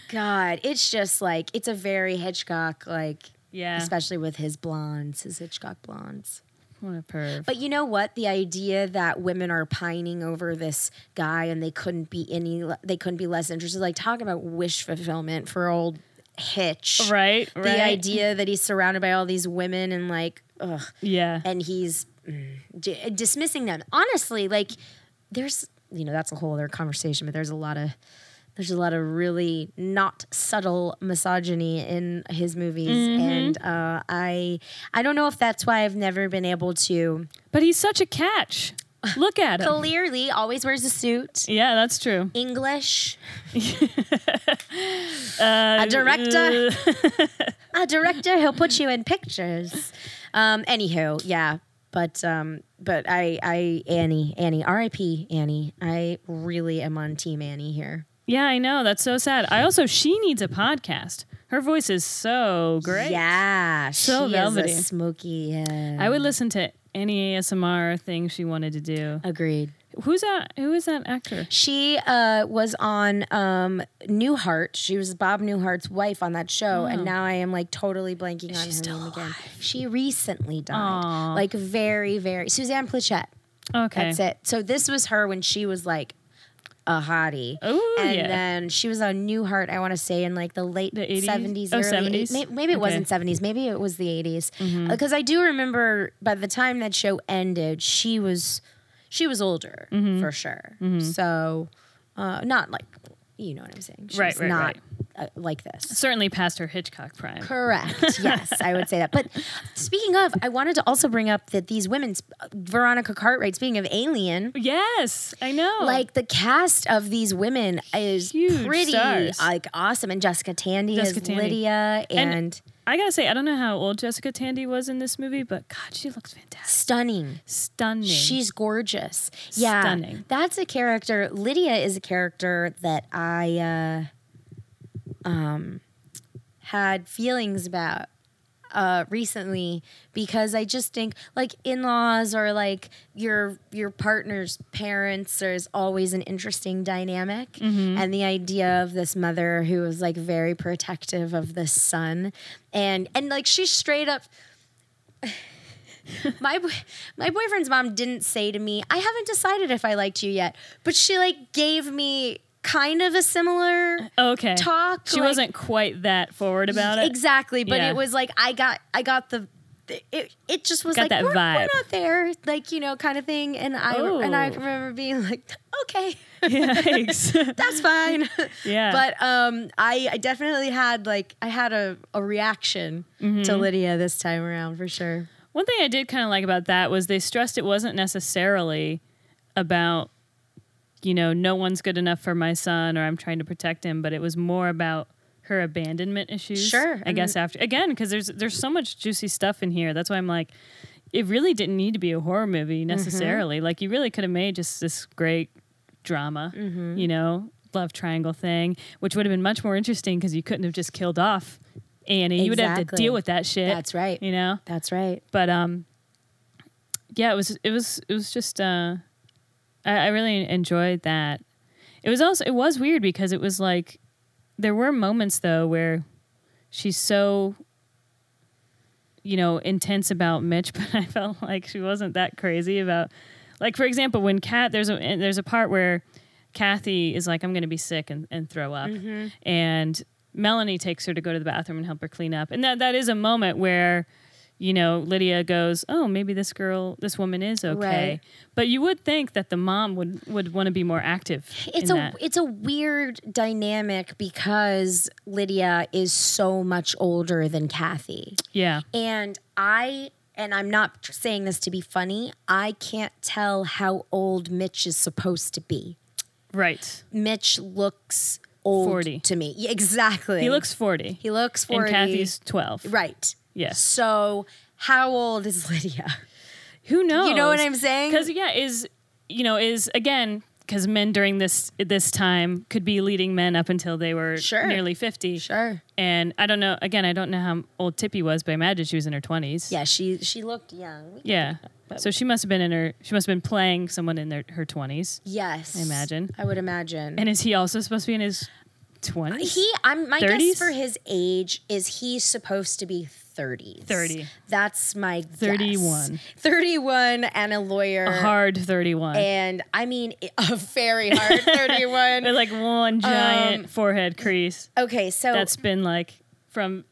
H: God, it's just like it's a very Hitchcock like.
I: Yeah.
H: Especially with his blondes, his Hitchcock blondes.
I: What a perv.
H: But you know what? The idea that women are pining over this guy and they couldn't be any, they couldn't be less interested. Like talking about wish fulfillment for old Hitch,
I: Right,
H: The
I: right.
H: idea that he's surrounded by all these women and like, ugh,
I: yeah.
H: and he's mm, d- dismissing them. Honestly, like there's you know that's a whole other conversation, but there's a lot of there's a lot of really not subtle misogyny in his movies, and uh, I I don't know if that's why I've never been able to
I: But he's such a catch. Look at him.
H: clearly always wears a suit.
I: Yeah, that's true.
H: English, a director,
I: Uh,
H: a director. He'll put you in pictures. Um, anywho, yeah, but um, but I, I, Annie, Annie, R.I.P. Annie. I really am on Team Annie here.
I: Yeah, I know. That's so sad. I also she needs a podcast. Her voice is so great.
H: Yeah,
I: So
H: she
I: velvety.
H: is a smoky. Yeah.
I: I would listen to any ASMR thing she wanted to do.
H: Agreed.
I: Who's that? Who is that actor?
H: She uh, was on um, Newhart. She was Bob Newhart's wife on that show, and now I am like totally blanking on her name again. She recently died, like very, very Suzanne Plachette.
I: Okay.
H: That's it. So this was her when she was like a hottie.
I: Ooh,
H: and
I: yeah.
H: then she was on Newhart, I want to say, in like the late
I: The 80s?
H: 70s,
I: Oh,
H: early
I: 70s?
H: Maybe, maybe it
I: Okay. Mm-hmm.
H: wasn't 70s. Maybe it was the 80s. Because I do remember by the time that show ended, she was she was older
I: Mm-hmm.
H: for sure. So uh, not like, you know what I'm saying. She
I: Right,
H: was
I: right,
H: not
I: right.
H: Uh, like this.
I: Certainly past her Hitchcock prime.
H: Correct. Yes, I would say that. But speaking of, I wanted to also bring up that these women, Veronica Cartwright, speaking of Alien,
I: Yes, I know.
H: like the cast of these women is
I: Oh. Huge
H: pretty
I: stars.
H: like awesome and jessica tandy
I: Jessica
H: is
I: Tandy.
H: lydia and,
I: And- I gotta say, I don't know how old Jessica Tandy was in this movie, but God, she looks fantastic,
H: stunning
I: stunning.
H: She's gorgeous. Yeah.
I: Stunning.
H: That's a character. Lydia is a character that I uh, um, had feelings about. uh, recently because I just think like in laws or like your your partner's parents there's always an interesting dynamic,
I: Mm-hmm.
H: and the idea of this mother who was like very protective of this son, and and like she straight up my boy- my boyfriend's mom didn't say to me, "I haven't decided if I liked you yet," but she like gave me kind of a similar
I: Okay.
H: talk.
I: She
H: like-
I: wasn't quite that forward about it.
H: exactly, but
I: Yeah.
H: it was like I got I got the. It, it just was
I: Got
H: like
I: that
H: we're, we're
I: vibe."
H: not there like you know kind of thing and I and I
I: Oh.
H: remember being like okay
I: Yikes.
H: that's fine
I: yeah.
H: but um I, I definitely had like I had a, a reaction
I: Mm-hmm.
H: to Lydia this time around for sure
I: One thing I did kind of like about that was they stressed it wasn't necessarily about, you know, no one's good enough for my son or I'm trying to protect him, but it was more about her abandonment issues.
H: Sure.
I: I guess after again because there's there's so much juicy stuff in here. That's why I'm like, it really didn't need to be a horror
H: Mm-hmm.
I: movie necessarily. Like you really could have made just this great drama,
H: Mm-hmm.
I: you know, love triangle thing, which would have been much more interesting because you couldn't have just killed off Annie. You would have to
H: Exactly.
I: deal with that shit.
H: That's right.
I: You know
H: that's right
I: but um yeah it was it was it was just uh I, I really enjoyed that it was also it was weird because it was like there were moments though where she's so you know intense about Mitch but I felt like she wasn't that crazy about like for example when Kat there's a and there's a part where Kathy is like I'm going to be sick and, and throw up and Melanie takes her to go to the bathroom and help her clean up and that that is a moment where you know Lydia goes oh maybe this girl this woman is okay
H: Right.
I: but you would think that the mom would would want to be more active
H: it's
I: in
H: a
I: that.
H: it's a weird dynamic because Lydia is so much older than Kathy.
I: yeah
H: And I and I'm not tr- saying this to be funny, I can't tell how old Mitch is supposed to be.
I: right
H: Mitch looks old
I: 40.
H: to me. Yeah, exactly.
I: he looks 40
H: he looks 40.
I: and Kathy's 12
H: right.
I: Yes.
H: So how old is Lydia?
I: Who knows?
H: You know what I'm saying?
I: Because yeah, is you know is again because men during this this time could be leading men up until they were
H: Sure.
I: nearly fifty.
H: Sure.
I: And I don't know. Again, I don't know how old Tippy was, but I imagine she was in her twenties.
H: Yeah, she she looked young.
I: Yeah. So she must have been in her. She must have been playing someone in their her twenties.
H: Yes. I
I: imagine.
H: I would imagine.
I: And is he also supposed to be in his twenties?
H: Uh, He, I'm my
I: 30s?
H: guess for his age is he's supposed to be 30s.
I: 30.
H: That's my
I: 31.
H: guess. 31 and a lawyer.
I: A hard thirty-one.
H: and I mean a very hard 31.
I: With like
H: Um,
I: one giant forehead crease
H: okay, so
I: that's been like from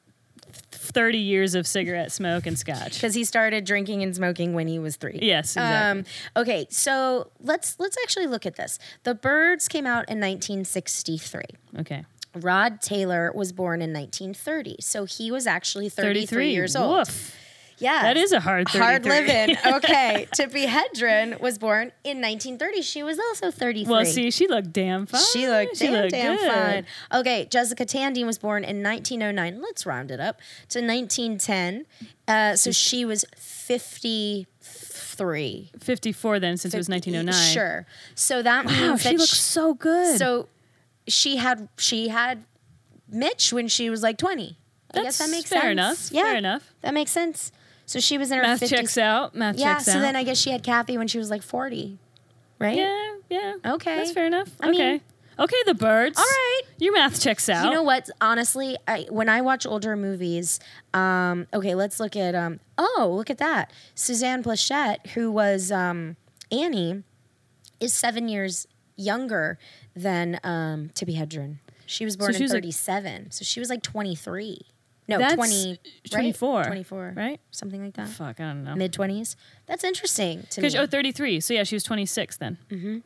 I: thirty years of cigarette smoke and scotch.
H: because he started drinking and smoking when he was 3.
I: Yes, exactly.
H: Um, okay, so let's let's actually look at this. The Birds came out in 1963.
I: Okay.
H: Rod Taylor was born in 1930, so he was actually 33, years old.
I: Woof.
H: Yeah.
I: That is a hard 33.
H: Hard living. Okay. Tippi Hedren was born in 1930. She was also 33.
I: Well, see, she looked damn fine.
H: She looked damn, damn
I: good.
H: fine. Okay, Jessica Tandy was born in 1909. Let's round it up to 1910. Uh, so she was 53.
I: 54 then, since it was 1909.
H: Sure. So that
I: Wow,
H: means that
I: she looks
H: sh-
I: so good.
H: so she had she had Mitch when she was like 20. I
I: That's
H: guess that makes
I: fair
H: sense.
I: enough.
H: Yeah,
I: Fair enough.
H: That makes sense. So she was in her
I: math
H: 50s.
I: checks out. Math
H: Yeah,
I: checks
H: so
I: out.
H: then I guess she had Kathy when she was like 40, right?
I: Yeah, yeah.
H: Okay.
I: That's fair enough.
H: I mean-
I: okay. okay, the birds.
H: All right.
I: Your math checks out.
H: You know what? Honestly, I, when I watch older movies, um, okay, let's look at, um, oh, look at that. Suzanne Plachette, who was um, Annie, is seven years younger than um, Tippi Hedren. She was born
I: she
H: in
I: was, like-
H: 37, so she was like 23. No,
I: That's
H: 20, right?
I: 24,
H: 24,
I: right?
H: Something like that.
I: Fuck, I don't know.
H: Mid 20s. That's interesting to me.
I: Because, oh, 33. So yeah, she was 26 then. Mm-hmm.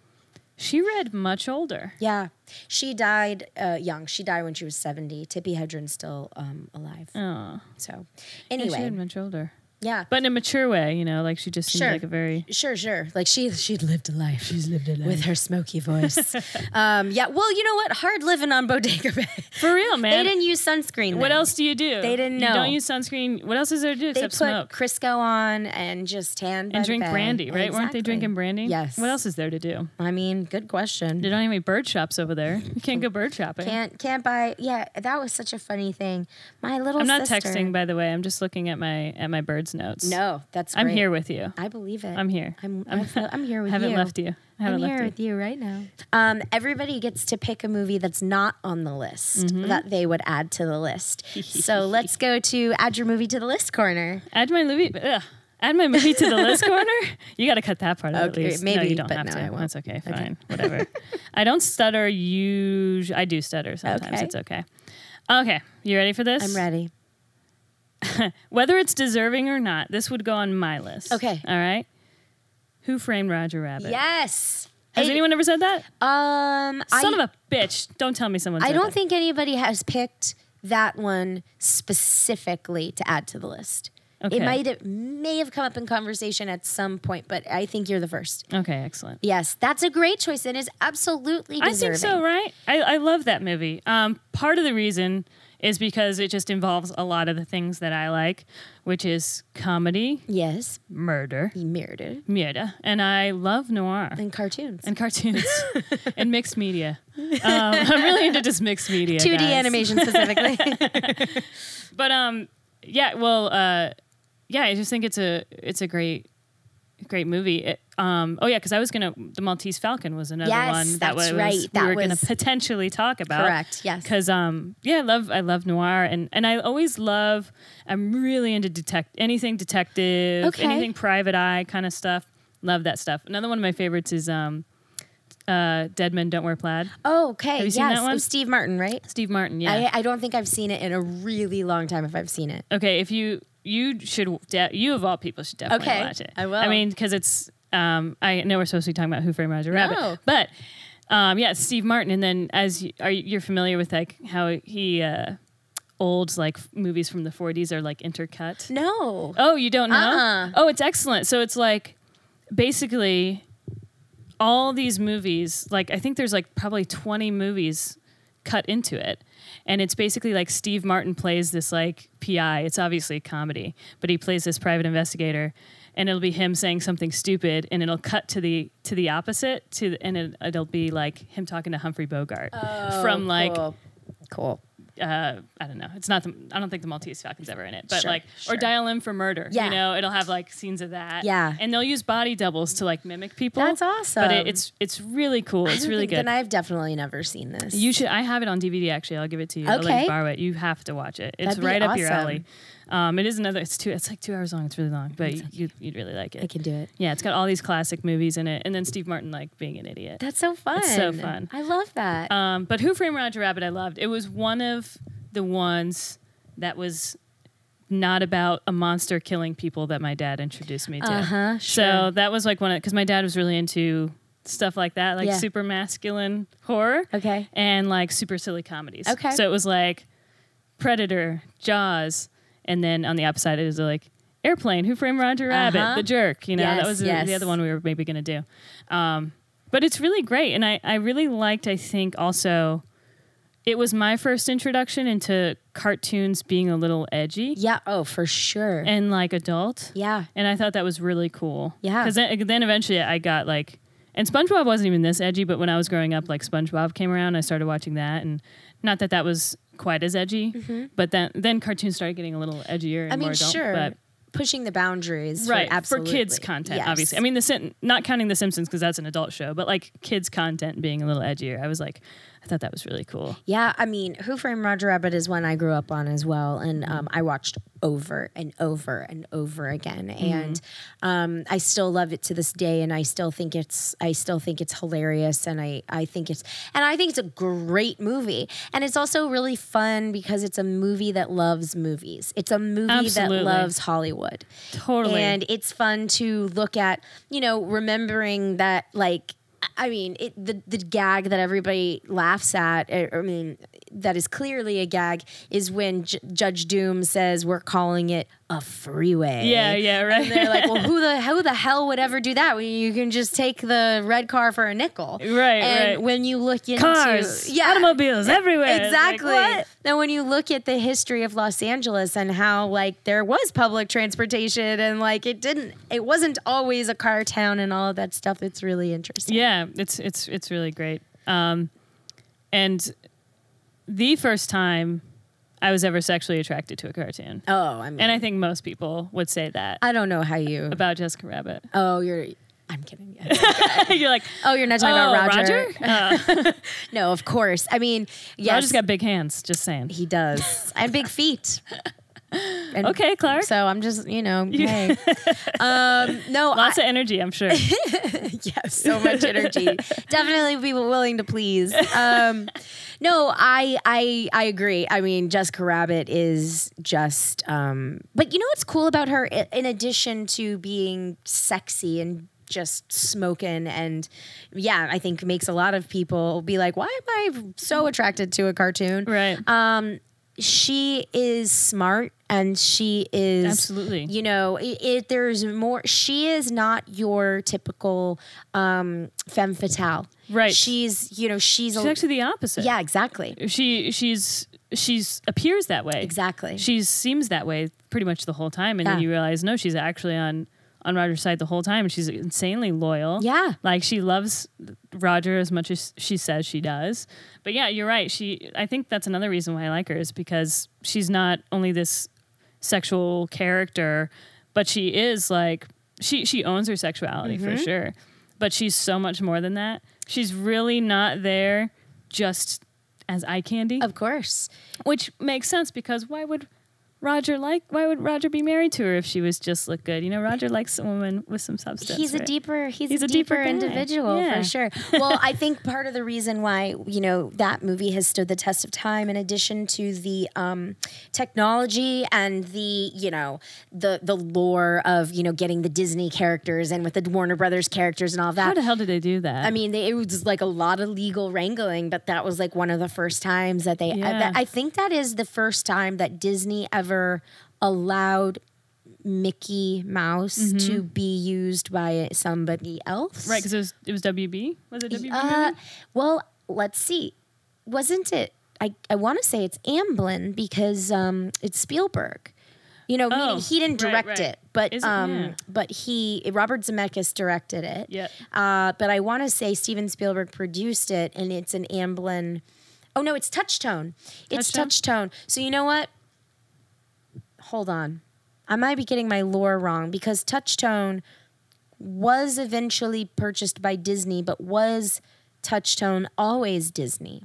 I: She read much older.
H: Yeah, she died uh, young. She died when she was seventy. Tippi Hedren's still um, alive.
I: Oh,
H: So,
I: yeah, she read
H: anyway,
I: much older.
H: yeah, Yeah.
I: but in a mature way. You know, like she just seemed
H: Sure.
I: like a very
H: Sure, sure. Like she she'd lived a life. She's lived a life with her smoky voice. um, yeah. Well, you know what? Hard living on Bodega Bay.
I: for real
H: they
I: man.
H: didn't use sunscreen.
I: what
H: then.
I: else do you do?
H: They didn't
I: You
H: know.
I: don't use sunscreen. What else is there to do
H: They
I: except
H: put
I: smoke
H: Crisco on and just tan by
I: and
H: the
I: drink
H: bay.
I: brandy? Right? Weren't they
H: Exactly.
I: drinking brandy?
H: Yes.
I: What else is there to do?
H: I mean, good question.
I: They don't have any bird shops over there. You can't go bird shopping.
H: can't can't buy. Yeah, that was such a funny thing. My little.
I: I'm not
H: sister-
I: texting, by the way. I'm just looking at my at my bird's notes.
H: No, that's.
I: I'm
H: great.
I: here with you.
H: I believe it.
I: I'm here.
H: I'm. I feel- I'm here with
I: haven't
H: you.
I: left you. I haven't
H: I'm
I: left
H: here
I: you.
H: with you right now. Um, everybody gets to pick a movie that's not on the list
I: Mm-hmm.
H: that they would add to the list. so let's go to add your movie to the list corner.
I: Add my movie. Ugh. Add my movie to the list corner. You got to cut that part out.
H: Okay,
I: at least. no,
H: maybe,
I: you don't
H: but
I: have
H: no,
I: to.
H: I won't.
I: That's okay. Fine. Whatever. I don't stutter. You. I do stutter sometimes.
H: Okay.
I: It's okay. Okay. You ready for this?
H: I'm ready.
I: Whether it's deserving or not, this would go on my list.
H: Okay.
I: All right. Who framed Roger Rabbit?
H: Yes.
I: Has
H: It-
I: anyone ever said that?
H: Um,
I: Son
H: I,
I: of a bitch! Don't tell me someone.
H: I
I: said
H: don't
I: that.
H: think anybody has picked that one specifically to add to the list. It
I: Okay.
H: might have, may have come up in conversation at some point, but I think you're the first.
I: Okay. Excellent.
H: Yes, that's a great choice and is absolutely
I: I
H: deserving.
I: think so, right? I, I love that movie. Um, part of the reason is because it just involves a lot of the things that I like, which is comedy,
H: Yes,
I: murder,
H: he mirrored it
I: murder, and I love noir
H: in cartoons.
I: and cartoons and mixed media. Um, I'm really into just mixed media.
H: 2D
I: guys.
H: animation specifically.
I: But um, yeah, well, uh, yeah, I just think it's a it's a great great movie. It, um, oh yeah, because I was gonna the Maltese Falcon was another
H: Yes,
I: one
H: that's
I: was,
H: right.
I: we
H: That
I: were gonna
H: was-
I: potentially talk about.
H: Correct, yes.
I: Because um, yeah, I love I love noir and and I always love I'm really into detect anything detective,
H: Okay.
I: anything private eye kind of stuff. Love that stuff. Another one of my favorites is um, uh, Dead Men Don't Wear Plaid.
H: oh, okay.
I: Have you
H: yes.
I: seen that one?
H: Oh, Steve Martin, right?
I: Steve Martin. Yeah. Uh,
H: I, I don't think I've seen it in a really long time if I've seen it.
I: Okay, if you you should de- you of all people should definitely
H: Okay,
I: watch it.
H: I will.
I: I mean, because it's um, I know we're supposed to be talking about Who Framed Roger Rabbit,
H: No.
I: but um, yeah, Steve Martin. And then as you, are you- you're familiar with like how he uh, old like f- movies from the 40s are like intercut.
H: No.
I: Oh, you don't know?
H: Uh-uh.
I: Oh, it's excellent. So it's like basically all these movies, like I think there's like probably 20 movies cut into it. And it's basically like Steve Martin plays this like PI. It's obviously a comedy, but he plays this private investigator and it'll be him saying something stupid and it'll cut to the to the opposite to the, and it, it'll be like him talking to Humphrey Bogart from like
H: cool. cool.
I: uh, I don't know. It's not. The, I don't think the Maltese Falcon's ever in it, but
H: Sure,
I: like,
H: sure.
I: or Dial M for Murder.
H: Yeah.
I: You know, it'll have like scenes of that.
H: Yeah.
I: And they'll use body doubles to like mimic people.
H: That's awesome.
I: But it, it's it's really cool. It's really good.
H: And I've definitely never seen this.
I: you should. I have it on DVD actually. I'll give it to you. I'll let
H: Okay.
I: you borrow it. You have to watch it. It's
H: That'd be
I: right up your
H: awesome.
I: alley. Um, it is another. It's two. It's like two hours long. It's really long, but you you'd really like it.
H: I can do it.
I: Yeah, it's got all these classic movies in it, and then Steve Martin like being an idiot.
H: That's so fun.
I: It's so fun.
H: I love that.
I: Um, but Who Framed Roger Rabbit? I loved. It was one of the ones that was not about a monster killing people that my dad introduced me to.
H: Uh-huh,
I: So that was like one of because my dad was really into stuff like that, like
H: Yeah.
I: super masculine horror.
H: Okay.
I: And like super silly comedies.
H: Okay.
I: So it was like Predator, Jaws, and then on the opposite it was like Airplane, Who Framed Roger Rabbit,
H: Uh-huh.
I: The Jerk. You know,
H: Yes,
I: that was the-
H: yes.
I: the other one we were maybe gonna do. Um, but it's really great, and I I really liked. I think also. It was my first introduction into cartoons being a little edgy
H: yeah. Oh, for sure.
I: and like adult.
H: yeah.
I: And I thought that was really cool.
H: Yeah.
I: Because then, then eventually I got like, and SpongeBob wasn't even this edgy, but when I was growing up, like SpongeBob came around, I started watching that, and not that that was quite as edgy, but then then cartoons started getting a little edgier. And
H: Mm-hmm. I mean,
I: more adult,
H: sure.
I: But
H: Pushing the boundaries.
I: right
H: For, absolutely.
I: kids content
H: Yes.
I: obviously i mean the Sim- not counting the simpsons because that's an adult show but like kids content being a little edgier i was like i thought that was really cool
H: Yeah, I mean, Who Framed Roger Rabbit is one I grew up on as well, and um, I watched over and over and over again, and um, I still love it to this day, and I still think it's I still think it's hilarious, and I I think it's and I think it's a great movie, and it's also really fun because it's a movie that loves movies. It's a movie
I: Absolutely.
H: that loves Hollywood.
I: totally
H: And it's fun to look at, you know, remembering that like I mean, it, the the gag that everybody laughs at. eh, I I mean, that is clearly a gag. Is when J- Judge Doom says, "We're calling it a freeway.
I: Yeah, yeah, right.
H: And they're like, well, who the who the hell would ever do that? Well, you can just take the red car for a nickel,
I: Right,
H: And
I: right.
H: when you look into
I: Cars,
H: yeah, E-,
I: automobiles everywhere. It's like,
H: Exactly.
I: what?
H: Now, when you look at the history of Los Angeles and how like there was public transportation and like it didn't, it wasn't always a car town and all of that stuff. It's really interesting.
I: Yeah, it's it's it's really great. Um, and the first time I was ever sexually attracted to a cartoon,
H: Oh, I mean,
I: and I think most people would say that
H: I don't know how you.
I: about Jessica Rabbit.
H: Oh, you're. I'm kidding. Yeah.
I: You're like,
H: Oh, you're not talking about
I: "Oh,
H: Roger?
I: Uh,
H: No, of course. I mean, yes,
I: Roger's got big hands. Just saying.
H: he does, and big feet. And
I: Okay, Clark.
H: So I'm just, you know, hey. um, no, I,
I: Lots of energy, I'm sure.
H: yes, so much energy. Definitely be willing to please. Um, no, I, I I agree. I mean, Jessica Rabbit is just. Um, but you know what's cool about her? I- In addition to being sexy and just smoking and yeah i think makes a lot of people be like why am i so attracted to a cartoon
I: right.
H: Um, she is smart and she is
I: Absolutely.
H: you know it, it there's more she is not your typical um femme fatale
I: Right.
H: she's you know she's,
I: she's
H: a,
I: actually the opposite.
H: yeah exactly
I: She she's she's appears that way.
H: exactly
I: She seems that way pretty much the whole time, and then
H: Yeah.
I: you realize no, she's actually on on Roger's side the whole time. She's insanely loyal.
H: Yeah.
I: like she loves Roger as much as she says she does. But yeah, you're right. She I think that's another reason why I like her is because she's not only this sexual character, but she is like she she owns her sexuality for
H: Mm-hmm.
I: sure. But she's so much more than that. She's really not there just as eye candy.
H: of course
I: Which makes sense because why would Roger like why would Roger be married to her if she was just look good? You know, Roger likes a woman with some substance.
H: he's a
I: right?
H: deeper he's,
I: He's
H: a
I: a
H: deeper,
I: deeper guy.
H: individual
I: Yeah.
H: for sure well i think part of the reason why you know that movie has stood the test of time in addition to the um, technology and the you know the the lore of you know getting the disney characters and with the warner brothers characters and all that
I: How the hell did they do that?
H: I mean, they, it was like a lot of legal wrangling, but that was like one of the first times that they.
I: Yeah.
H: that- I think that is the first time that Disney ever allowed Mickey Mouse to be used by somebody else.
I: Mm-hmm. right? Because it was it was WB. Was it WB?
H: Uh,
I: movie?
H: well, let's see. Wasn't it? I, I want to say it's Amblin because um, it's Spielberg. You know, meaning
I: Oh,
H: he didn't
I: right,
H: direct
I: right.
H: it, but
I: Is it?
H: um,
I: Yeah.
H: but he Robert Zemeckis directed it.
I: Yep.
H: Uh, but I want to say Steven Spielberg produced it, and it's an Amblin. Oh no, it's Touchstone. It's Touchstone.
I: Touchstone?
H: So you know what? Hold on, I might be getting my lore wrong because Touchstone was eventually purchased by Disney, but was Touchstone always Disney?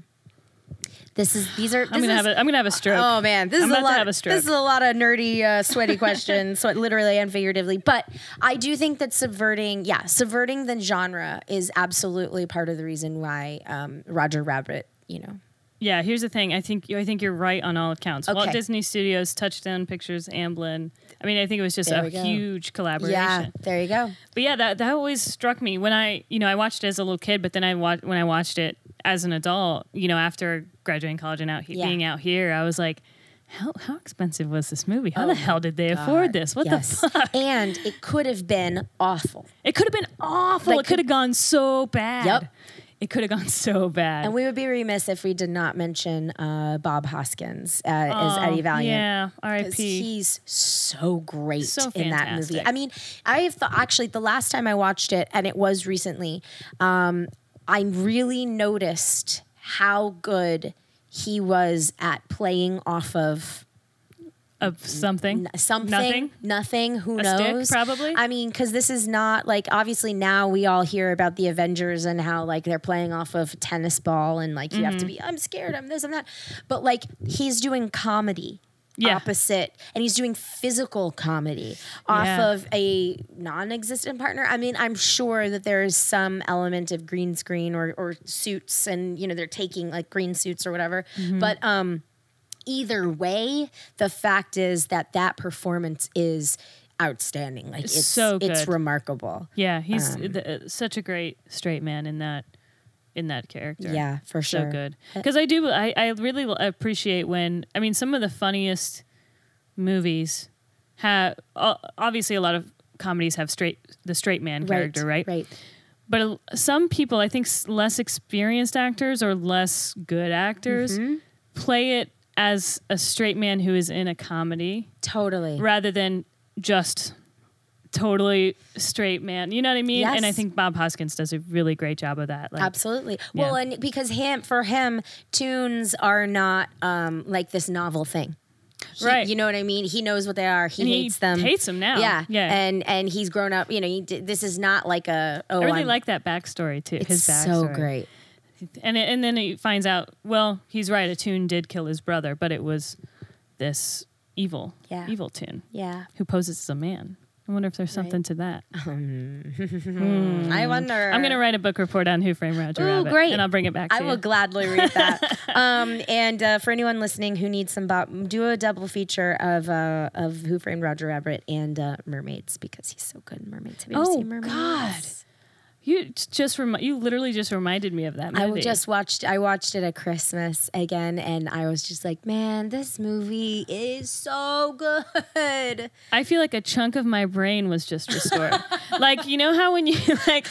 H: This is these are. This
I: I'm gonna
H: is,
I: have a I'm gonna have a stroke.
H: Oh man, this
I: I'm
H: is
I: about
H: a
I: to
H: lot.
I: have a stroke.
H: this is a lot of nerdy, uh, sweaty questions, sweat literally and figuratively. But I do think that subverting, yeah, subverting the genre is absolutely part of the reason why um, Roger Rabbit, you know,
I: yeah, here's the thing. I think you I think you're right on all accounts.
H: Okay.
I: Walt Disney Studios, Touchdown Pictures, Amblin. I mean, I think it was just
H: There
I: a
H: we go.
I: huge collaboration.
H: yeah, there you go.
I: But yeah, that that always struck me when I, you know, I watched it as a little kid, but then I wa- when I watched it as an adult, you know, after graduating college and out he-
H: Yeah.
I: being out here, I was like, how how expensive was this movie? How the hell did they afford this? What
H: Oh yes,
I: the fuck?
H: and it could have been awful.
I: It could have been awful.
H: Like,
I: it could have gone so bad.
H: Yep.
I: It could have gone so bad.
H: And we would be remiss if we did not mention uh, Bob Hoskins uh, as Eddie Valiant.
I: yeah,
H: because
I: R.I.P.
H: he's so great
I: So
H: in that movie.
I: fantastic.
H: I mean, I have th- actually the last time I watched it, and it was recently. Um, I really noticed how good he was at playing off of
I: of something.
H: something,
I: Nothing.
H: nothing, who
I: A stick,
H: knows?
I: probably?
H: I mean, because this is not like obviously now we all hear about the Avengers and how like they're playing off of tennis ball and like you have
I: Mm-hmm.
H: to be I'm scared, I'm this, I'm that, but like he's doing comedy.
I: Yeah.
H: Opposite, and he's doing physical comedy off
I: Yeah.
H: of a non-existent partner. I mean, I'm sure that there is some element of green screen or, or suits, and you know they're taking like green suits or whatever.
I: Mm-hmm.
H: But um, either way, the fact is that that performance is outstanding. Like it's
I: So
H: it's
I: good.
H: remarkable.
I: Yeah, he's
H: Um,
I: the, uh, such a great straight man in that in that character.
H: Yeah, for
I: so
H: sure. Uh,
I: good. Because I do, I, I really l- appreciate when I mean some of the funniest movies have obviously a lot of comedies have straight the straight man character, right?
H: Right.
I: But a- some people, I think, s- less experienced actors or less good actors
H: Mm-hmm.
I: play it as a straight man who is in a comedy
H: Totally.
I: rather than just totally straight man. You know what I mean?
H: Yes.
I: And I think Bob Hoskins does a really great job of that. Like,
H: Absolutely. Well,
I: Yeah.
H: and because him for him, tunes are not um, like this novel thing. He-
I: Right.
H: You know what I mean? He knows what they are. He
I: And he
H: hates them.
I: hates them now.
H: Yeah.
I: Yeah.
H: And and he's grown up. You know, he, d- this is not like a oh,
I: I really
H: I'm-
I: like that backstory too.
H: it's
I: his backstory.
H: so great.
I: and it, and then he finds out. Well, he's right. A tune did kill his brother, but it was this evil,
H: Yeah.
I: evil tune
H: Yeah.
I: who poses as a man. I wonder if there's something to that.
H: I wonder.
I: Mm. I'm gonna write a book report on Who Framed Roger
H: Ooh,
I: Rabbit,
H: great.
I: and I'll bring it back. To
H: I
I: you.
H: will gladly read that. um, and uh, for anyone listening who needs some Bob, do a double feature of uh, of Who Framed Roger Rabbit and uh, Mermaids because he's so good in Mermaids. Have you ever
I: Oh,
H: seen Mermaids?
I: God. You t- just remi- you literally just reminded me of that movie.
H: I w- just watched. I watched it at Christmas again, and I was just like, "Man, this movie is so good."
I: I feel like a chunk of my brain was just restored. like you know how when you like,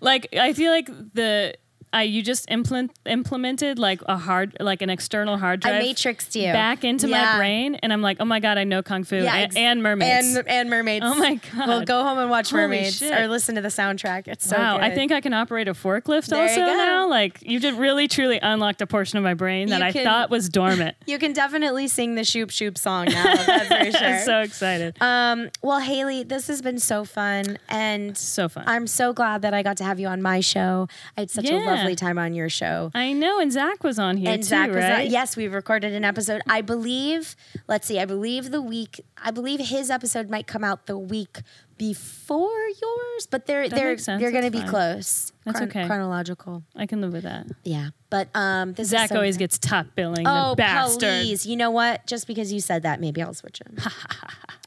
I: like I feel like the. I you just implement, implemented like a hard like an external hard
H: I
I: drive
H: matrixed you.
I: back into
H: Yeah.
I: my brain and I'm like oh my god I know kung fu a-
H: ex-
I: and mermaids
H: and and mermaids.
I: Oh my God.
H: Well, go home and watch
I: Holy
H: mermaids
I: shit.
H: or listen to the soundtrack. It's so
I: wow
H: good.
I: I think I can operate a forklift
H: There you
I: also
H: go.
I: now like you did really truly unlocked a portion of my brain that
H: You
I: I
H: can-
I: thought was dormant
H: you can definitely sing the Shoop Shoop song now. That's very sure.
I: I'm so excited
H: Um, well, Haley, this has been so fun, and
I: so fun
H: I'm so glad that I got to have you on my show. I had such a
I: Yeah.
H: lovely time on your show.
I: I know, and Zach was on here
H: and
I: too,
H: Zach was
I: right?
H: on, yes, we recorded an episode. I believe, let's see, I believe the week, I believe his episode might come out the week before yours, but they're they're
I: makes sense.
H: they're going to
I: That's
H: be
I: fine.
H: close.
I: That's okay.
H: Chronological,
I: I can live with that.
H: yeah. But um, this is
I: Zach
H: so
I: always
H: good.
I: gets top billing.
H: Oh,
I: the bastard.
H: please! You know what? Just because you said that, maybe I'll switch him.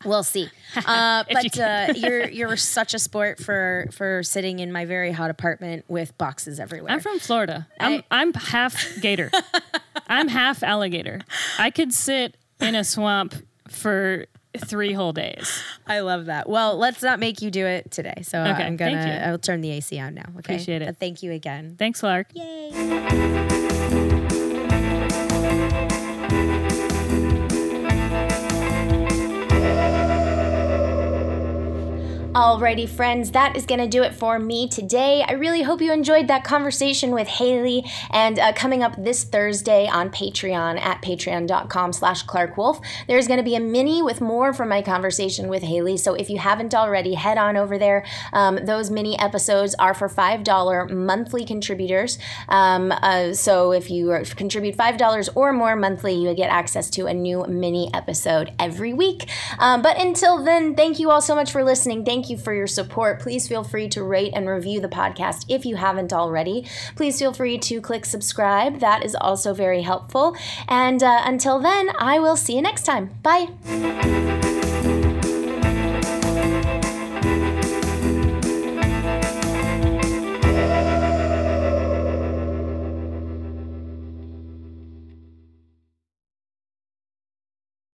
H: we'll see. Uh,
I: If you
H: but
I: can.
H: uh, you're you're such a sport for for sitting in my very hot apartment with boxes everywhere.
I: I'm from Florida. I'm I'm half gator. I'm half alligator. I could sit in a swamp for three whole days.
H: I love that. Well, let's not make you do it today. So uh,
I: Okay,
H: I'm
I: thank
H: gonna
I: you.
H: I'll turn the AC on now. Okay.
I: Appreciate it.
H: But thank you again.
I: Thanks, Lark.
H: Yay.
J: Alrighty, friends, that is going to do it for me today. I really hope you enjoyed that conversation with Haley. And uh, coming up this Thursday on Patreon at patreon.com slash clarkwolf, there's going to be a mini with more from my conversation with Haley. So if you haven't already, head on over there. Um, those mini episodes are for $5 monthly contributors. Um, uh, so if you are- contribute $5 or more monthly, you get access to a new mini episode every week. Um, but until then, thank you all so much for listening. Thank you for your support. Please feel free to rate and review the podcast if you haven't already. Please feel free to click subscribe. That is also very helpful. And uh, until then, I will see you next time. Bye.